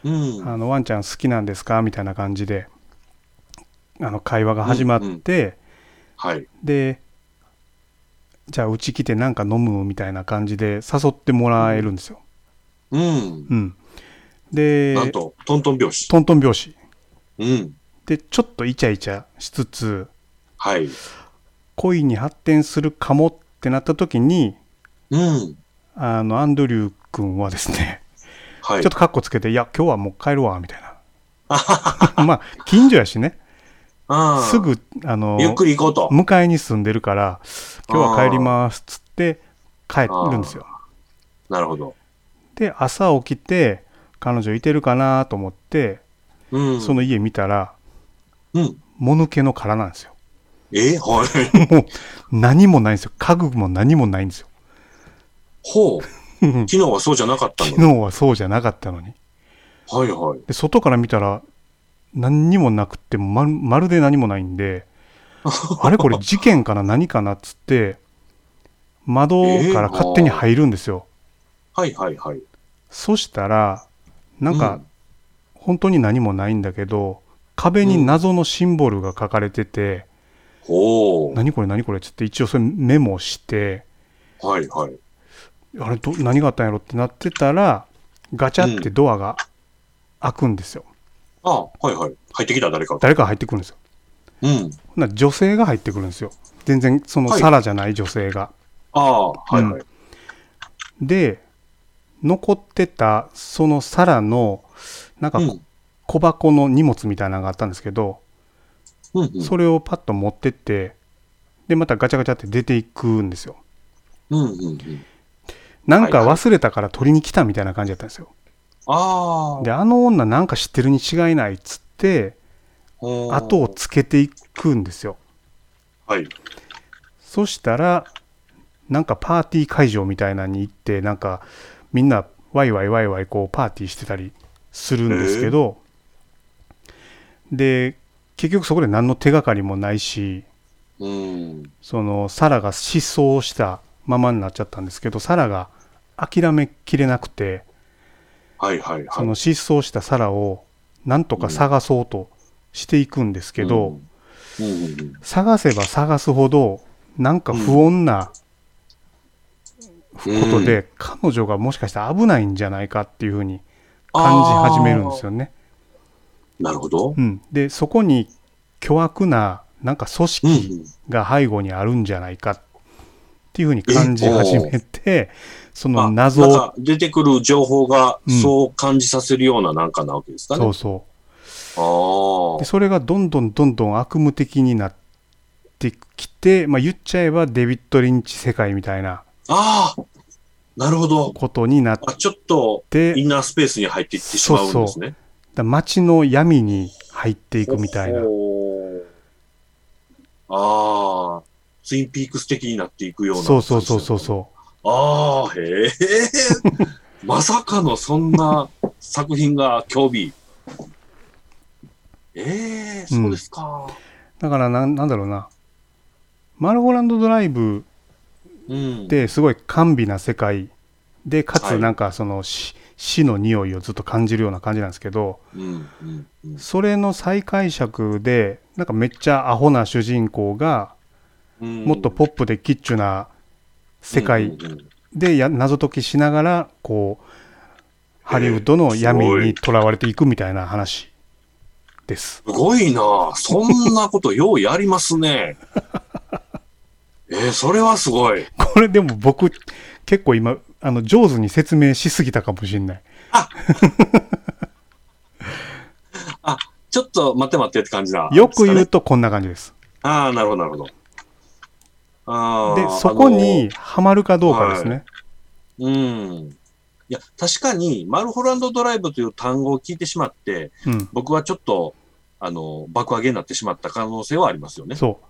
Speaker 1: うん。
Speaker 2: あのワンちゃん好きなんですかみたいな感じであの会話が始まって、
Speaker 1: はい。
Speaker 2: でじゃあうち来てなんか飲むみたいな感じで誘ってもらえるんですよ。
Speaker 1: うん。
Speaker 2: うん、で
Speaker 1: なんと、トントン拍子。
Speaker 2: トントン拍子
Speaker 1: うん。
Speaker 2: でちょっとイチャイチャしつつ
Speaker 1: はい。
Speaker 2: 恋に発展するかもってなった時に
Speaker 1: うん。
Speaker 2: あのアンドリュー君はですね
Speaker 1: はい。
Speaker 2: ちょっとカッコつけて「いや今日はもう帰るわ」みたいな まあ近所やしね
Speaker 1: ああ
Speaker 2: す。ぐあの
Speaker 1: ゆっくり行こうと。
Speaker 2: 向かいに住んでるから今日は帰りますっつって帰るんですよ
Speaker 1: なるほど。
Speaker 2: で朝起きて彼女いてるかなと思って、
Speaker 1: うん。
Speaker 2: その家見たら
Speaker 1: うん。
Speaker 2: もぬけの殻なんですよ
Speaker 1: えはい。
Speaker 2: もう何もないんですよ家具も何もないんですよ
Speaker 1: ほう。
Speaker 2: 昨
Speaker 1: 昨日はそうじゃなかったの
Speaker 2: 日はそうじゃなかったのに
Speaker 1: はいはい。
Speaker 2: で外から見たら何にもなくってまるまるで何もないんであれこれ事件かな何かなっつって窓から勝手に入るんですよ、
Speaker 1: はいはいはい。
Speaker 2: そしたらなんか、
Speaker 1: う
Speaker 2: 本当に何もないんだけど壁に謎のシンボルが書かれてて「
Speaker 1: ほ
Speaker 2: 何これ何これ」っつって一応それメモして
Speaker 1: う。はいはい。
Speaker 2: あれど何があったんやろってなってたらガチャってドアが開くんですよ、
Speaker 1: ああはいはい。入ってきた誰か。
Speaker 2: 誰か入ってくるんですよ
Speaker 1: うん。
Speaker 2: ほんなら女性が入ってくるんですよ全然その
Speaker 1: はい
Speaker 2: サラじゃない女性が、
Speaker 1: ああ、はいはい。
Speaker 2: で残ってたそのサラのなんか
Speaker 1: うん。
Speaker 2: 小箱の荷物みたいなのがあったんですけど、
Speaker 1: うんうん。
Speaker 2: それをパッと持ってってでまたガチャガチャって出ていくんですよ
Speaker 1: うんうんうん。
Speaker 2: なんか忘れたから取りに来たみたいな感じだったんですよ。
Speaker 1: ああ。
Speaker 2: で、あの女なんか知ってるに違いないっつって、
Speaker 1: ほう
Speaker 2: 後を。つけていくんですよ。
Speaker 1: はい。
Speaker 2: そしたら、なんかパーティー会場みたいなのに行って、なんかみんなワイワイワイワイこうパーティーしてたりするんですけど、で、結局そこで何の手がかりもないし、
Speaker 1: うん。
Speaker 2: そのサラが失踪したままになっちゃったんですけど、サラが諦めきれなくて、
Speaker 1: はいはいはい。
Speaker 2: その失踪したサラをなんとか探そうとしていくんですけど、
Speaker 1: うん。うんうんうん。
Speaker 2: 探せば探すほどなんか不穏なことで、彼女がもしかしたら危ないんじゃないかっていうふうに感じ始めるんです
Speaker 1: よ。
Speaker 2: よね。
Speaker 1: なるほど。
Speaker 2: うん、でそこに巨悪ななんか組
Speaker 1: うんう
Speaker 2: 織
Speaker 1: ん。
Speaker 2: が背後にあるんじゃないかっていうふうに感じ始めてその
Speaker 1: あなん
Speaker 2: 謎
Speaker 1: か出てくる情報が
Speaker 2: うん
Speaker 1: そう感じさせるようななんかなわけですかね。
Speaker 2: そうそう
Speaker 1: あ
Speaker 2: でそれがどんどんどんどん悪夢的になってきて、まあ、言っちゃえばデビッド・リンチ世界みたいな
Speaker 1: あ。ああ。なるほど。
Speaker 2: ことになっ
Speaker 1: あ、ちょっと、
Speaker 2: て、
Speaker 1: インナースペースに入っていってしまうんですね。
Speaker 2: だ街の闇に入っていくみたいな。
Speaker 1: ほほーああ、ツインピークス的になっていくような、。
Speaker 2: そうそうそうそうそう
Speaker 1: ああ、へえ。まさかのそんな作品が興 味。ええそうですか。
Speaker 2: う。だからなん、なんだろうな。マルゴランドドライブ
Speaker 1: うん。
Speaker 2: っ、てすごい甘美な世界で、か
Speaker 1: は
Speaker 2: つ
Speaker 1: い
Speaker 2: なんかその死,、死の匂いをずっと感じるような感じなんですけど、
Speaker 1: うん、うん、うん。
Speaker 2: それの再解釈で、なんかめっちゃアホな主人公が、
Speaker 1: うん
Speaker 2: もっとポップでキッチュな世
Speaker 1: うん
Speaker 2: 界
Speaker 1: うんうん
Speaker 2: でや謎解きしながら、こう、ハリウッドの闇にとらわれていくみたいな話で
Speaker 1: す
Speaker 2: す。
Speaker 1: ごいなそんなことようやります ね。えー、それはすごい。
Speaker 2: これでも僕、結構今、あの、上手に説明しすぎたかもしれない。
Speaker 1: ちょっと待って待ってって感じだ。
Speaker 2: よく言うとこんな感じです。
Speaker 1: ああ、なるほど、なるほど。あ
Speaker 2: で
Speaker 1: あ。、
Speaker 2: そこにはまるかどうかですね。
Speaker 1: あのうん。いや、確かに、マルホランドドライブという単語を聞いてしまって、
Speaker 2: うん。
Speaker 1: 僕はちょっと、あの、爆上げになってしまった可能性はありますよね。
Speaker 2: そう。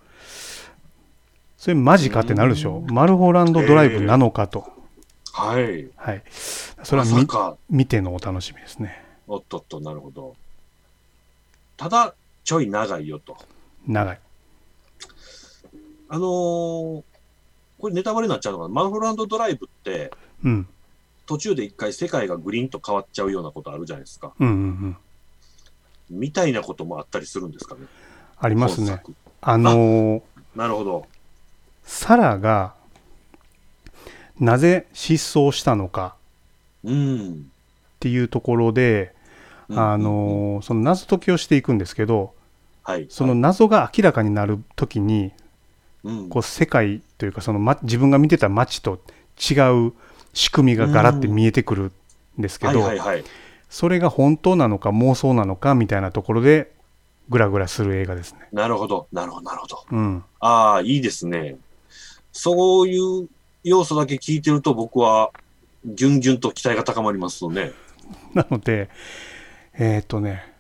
Speaker 2: それマジかってなるでしょ。
Speaker 1: う
Speaker 2: マルホランドドライブなのかと。
Speaker 1: はい。
Speaker 2: はい。それ
Speaker 1: ま
Speaker 2: は
Speaker 1: さ
Speaker 2: 見
Speaker 1: か、
Speaker 2: 見てのお楽しみですね。
Speaker 1: おっとっと、なるほど。ただ、ちょい長いよと。
Speaker 2: 長い。
Speaker 1: あのーこれネタバレになっちゃうのかな。マルホランドドライブって、
Speaker 2: うん。
Speaker 1: 途中で一回世界がグリーンと変わっちゃうようなことあるじゃないですか。
Speaker 2: うんうんうん。
Speaker 1: みたいなこともあったりするんですかね。
Speaker 2: あります
Speaker 1: 本
Speaker 2: ね。
Speaker 1: 作
Speaker 2: あのー
Speaker 1: なるほど。
Speaker 2: サラが、なぜ失踪したのか
Speaker 1: うん。
Speaker 2: っていうところで、あ
Speaker 1: うん、
Speaker 2: のーその謎解きをしていくんですけど、
Speaker 1: はい。
Speaker 2: その謎が明らかになるときに、
Speaker 1: うん、
Speaker 2: こう世界というかその、ま、自分が見てた街と違う仕組みがガラッて見えてくるんですけ
Speaker 1: はい
Speaker 2: ど、
Speaker 1: はいはい。
Speaker 2: それが本当なのか妄想なのかみたいなところでグラグラする映画ですね。
Speaker 1: なるほど、なるほど、なるほど。
Speaker 2: うん、
Speaker 1: ああ、いいですね。そういう要素だけ聞いてると僕は、ギュンギュンと期待が高まりますよね。
Speaker 2: なのでえっ、とね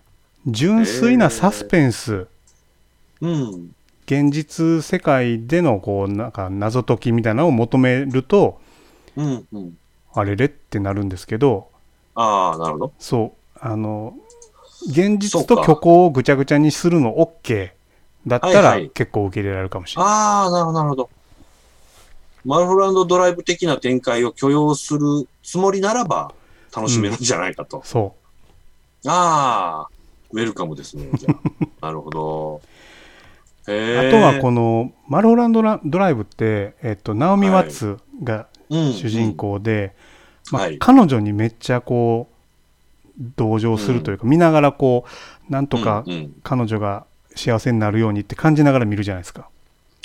Speaker 2: 純粋なサスペンス、
Speaker 1: うん。
Speaker 2: 現実世界でのこうなんか謎解きみたいなのを求めると
Speaker 1: うん、うん。
Speaker 2: あれれってなるんですけど
Speaker 1: ああ、なるほど。
Speaker 2: そうあの現
Speaker 1: そ
Speaker 2: 実
Speaker 1: うか
Speaker 2: と虚構をぐちゃぐちゃにするの OK だった
Speaker 1: はいは
Speaker 2: ら
Speaker 1: い
Speaker 2: 結構受け入れられるかもしれない。
Speaker 1: ああ、なるほど、なるほど。マルフランドドライブ的な展開を許容するつもりならば、楽しめるんじゃないかと。
Speaker 2: そ
Speaker 1: ああ、ウェルカムですね、じゃ あ。なるほど。
Speaker 2: う、
Speaker 1: へえ。
Speaker 2: あとはこの「マルホランドラドライブ」って、えっと、ナオミ・ワッツが
Speaker 1: の
Speaker 2: 主人公で、まあ
Speaker 1: はい
Speaker 2: 彼女にめっちゃこう同情するというか、見ながらこうなんとか
Speaker 1: うんうん
Speaker 2: 彼女が幸せになるようにって感じながら見るじゃないですか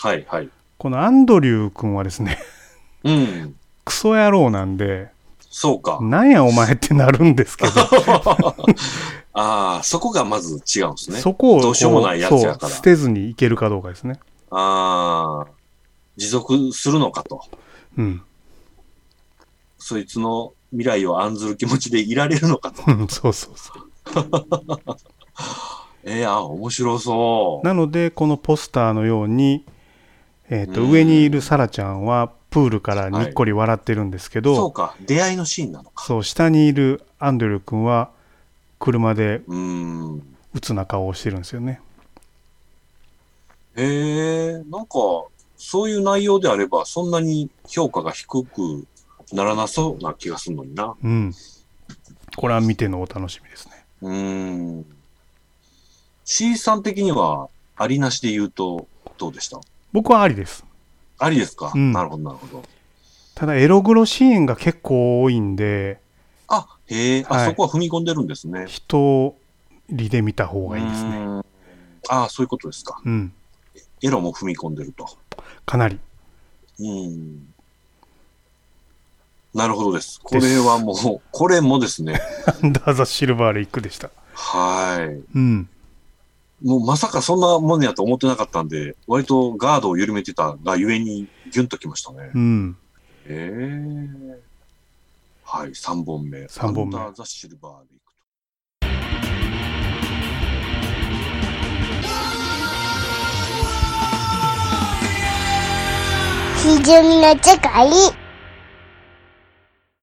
Speaker 1: はいはい。
Speaker 2: このアンドリュー君はですね
Speaker 1: うん。
Speaker 2: クソ野郎なんで
Speaker 1: そうか。
Speaker 2: なんやお前ってなるんですけど
Speaker 1: ああ、そこがまず違うんですね。
Speaker 2: そこを
Speaker 1: ど
Speaker 2: こ
Speaker 1: うしようもないやつやから
Speaker 2: そう捨てずにいけるかどうかですね
Speaker 1: ああ、持続するのかと。
Speaker 2: うん
Speaker 1: そいつの未来を案ずる気持ちでいられるのかと。
Speaker 2: うんそうそうそう
Speaker 1: ええああ、面白そう。
Speaker 2: なのでこのポスターのように、えーと
Speaker 1: うん
Speaker 2: 上にいるサラちゃんはプールからにっこり笑ってるんですけど、
Speaker 1: そうか。出会いのシーンなのか。
Speaker 2: そう、下にいるアンドリュー君は、車で
Speaker 1: うーん。
Speaker 2: 鬱な顔をしてるんですよね。
Speaker 1: へえなんか、そういう内容であれば、そんなに評価が低くならなそうな気がするのにな。
Speaker 2: うん。これは見てのお楽しみですね。
Speaker 1: うーん。C さん的には、ありなしで言うと、どうでした
Speaker 2: 僕はありです。
Speaker 1: ありですか、
Speaker 2: うん
Speaker 1: なるほど、なるほど。
Speaker 2: ただ、エログロシーンが結構多いんで、
Speaker 1: あ、へえ、
Speaker 2: はい
Speaker 1: あそこは踏み込んでるんですね。
Speaker 2: 一人で見た方がいいです
Speaker 1: う
Speaker 2: ね。
Speaker 1: ーんああ、そういうことですか。
Speaker 2: うん。
Speaker 1: エロも踏み込んでると。
Speaker 2: かなり。
Speaker 1: うーん。なるほどです。これはもう、これもですね。
Speaker 2: アンダーザ・シルバーレイクでした。
Speaker 1: はい。
Speaker 2: うん。
Speaker 1: もうまさかそんなもんやと思ってなかったんで、割と
Speaker 2: 嗯
Speaker 1: ガードを緩めてたがゆえに、ギュンときましたね。
Speaker 2: うん。
Speaker 1: ええはい、3本目。
Speaker 2: 三本目
Speaker 1: アンダーザ・シルバーでいくと。
Speaker 3: 基準の誓い。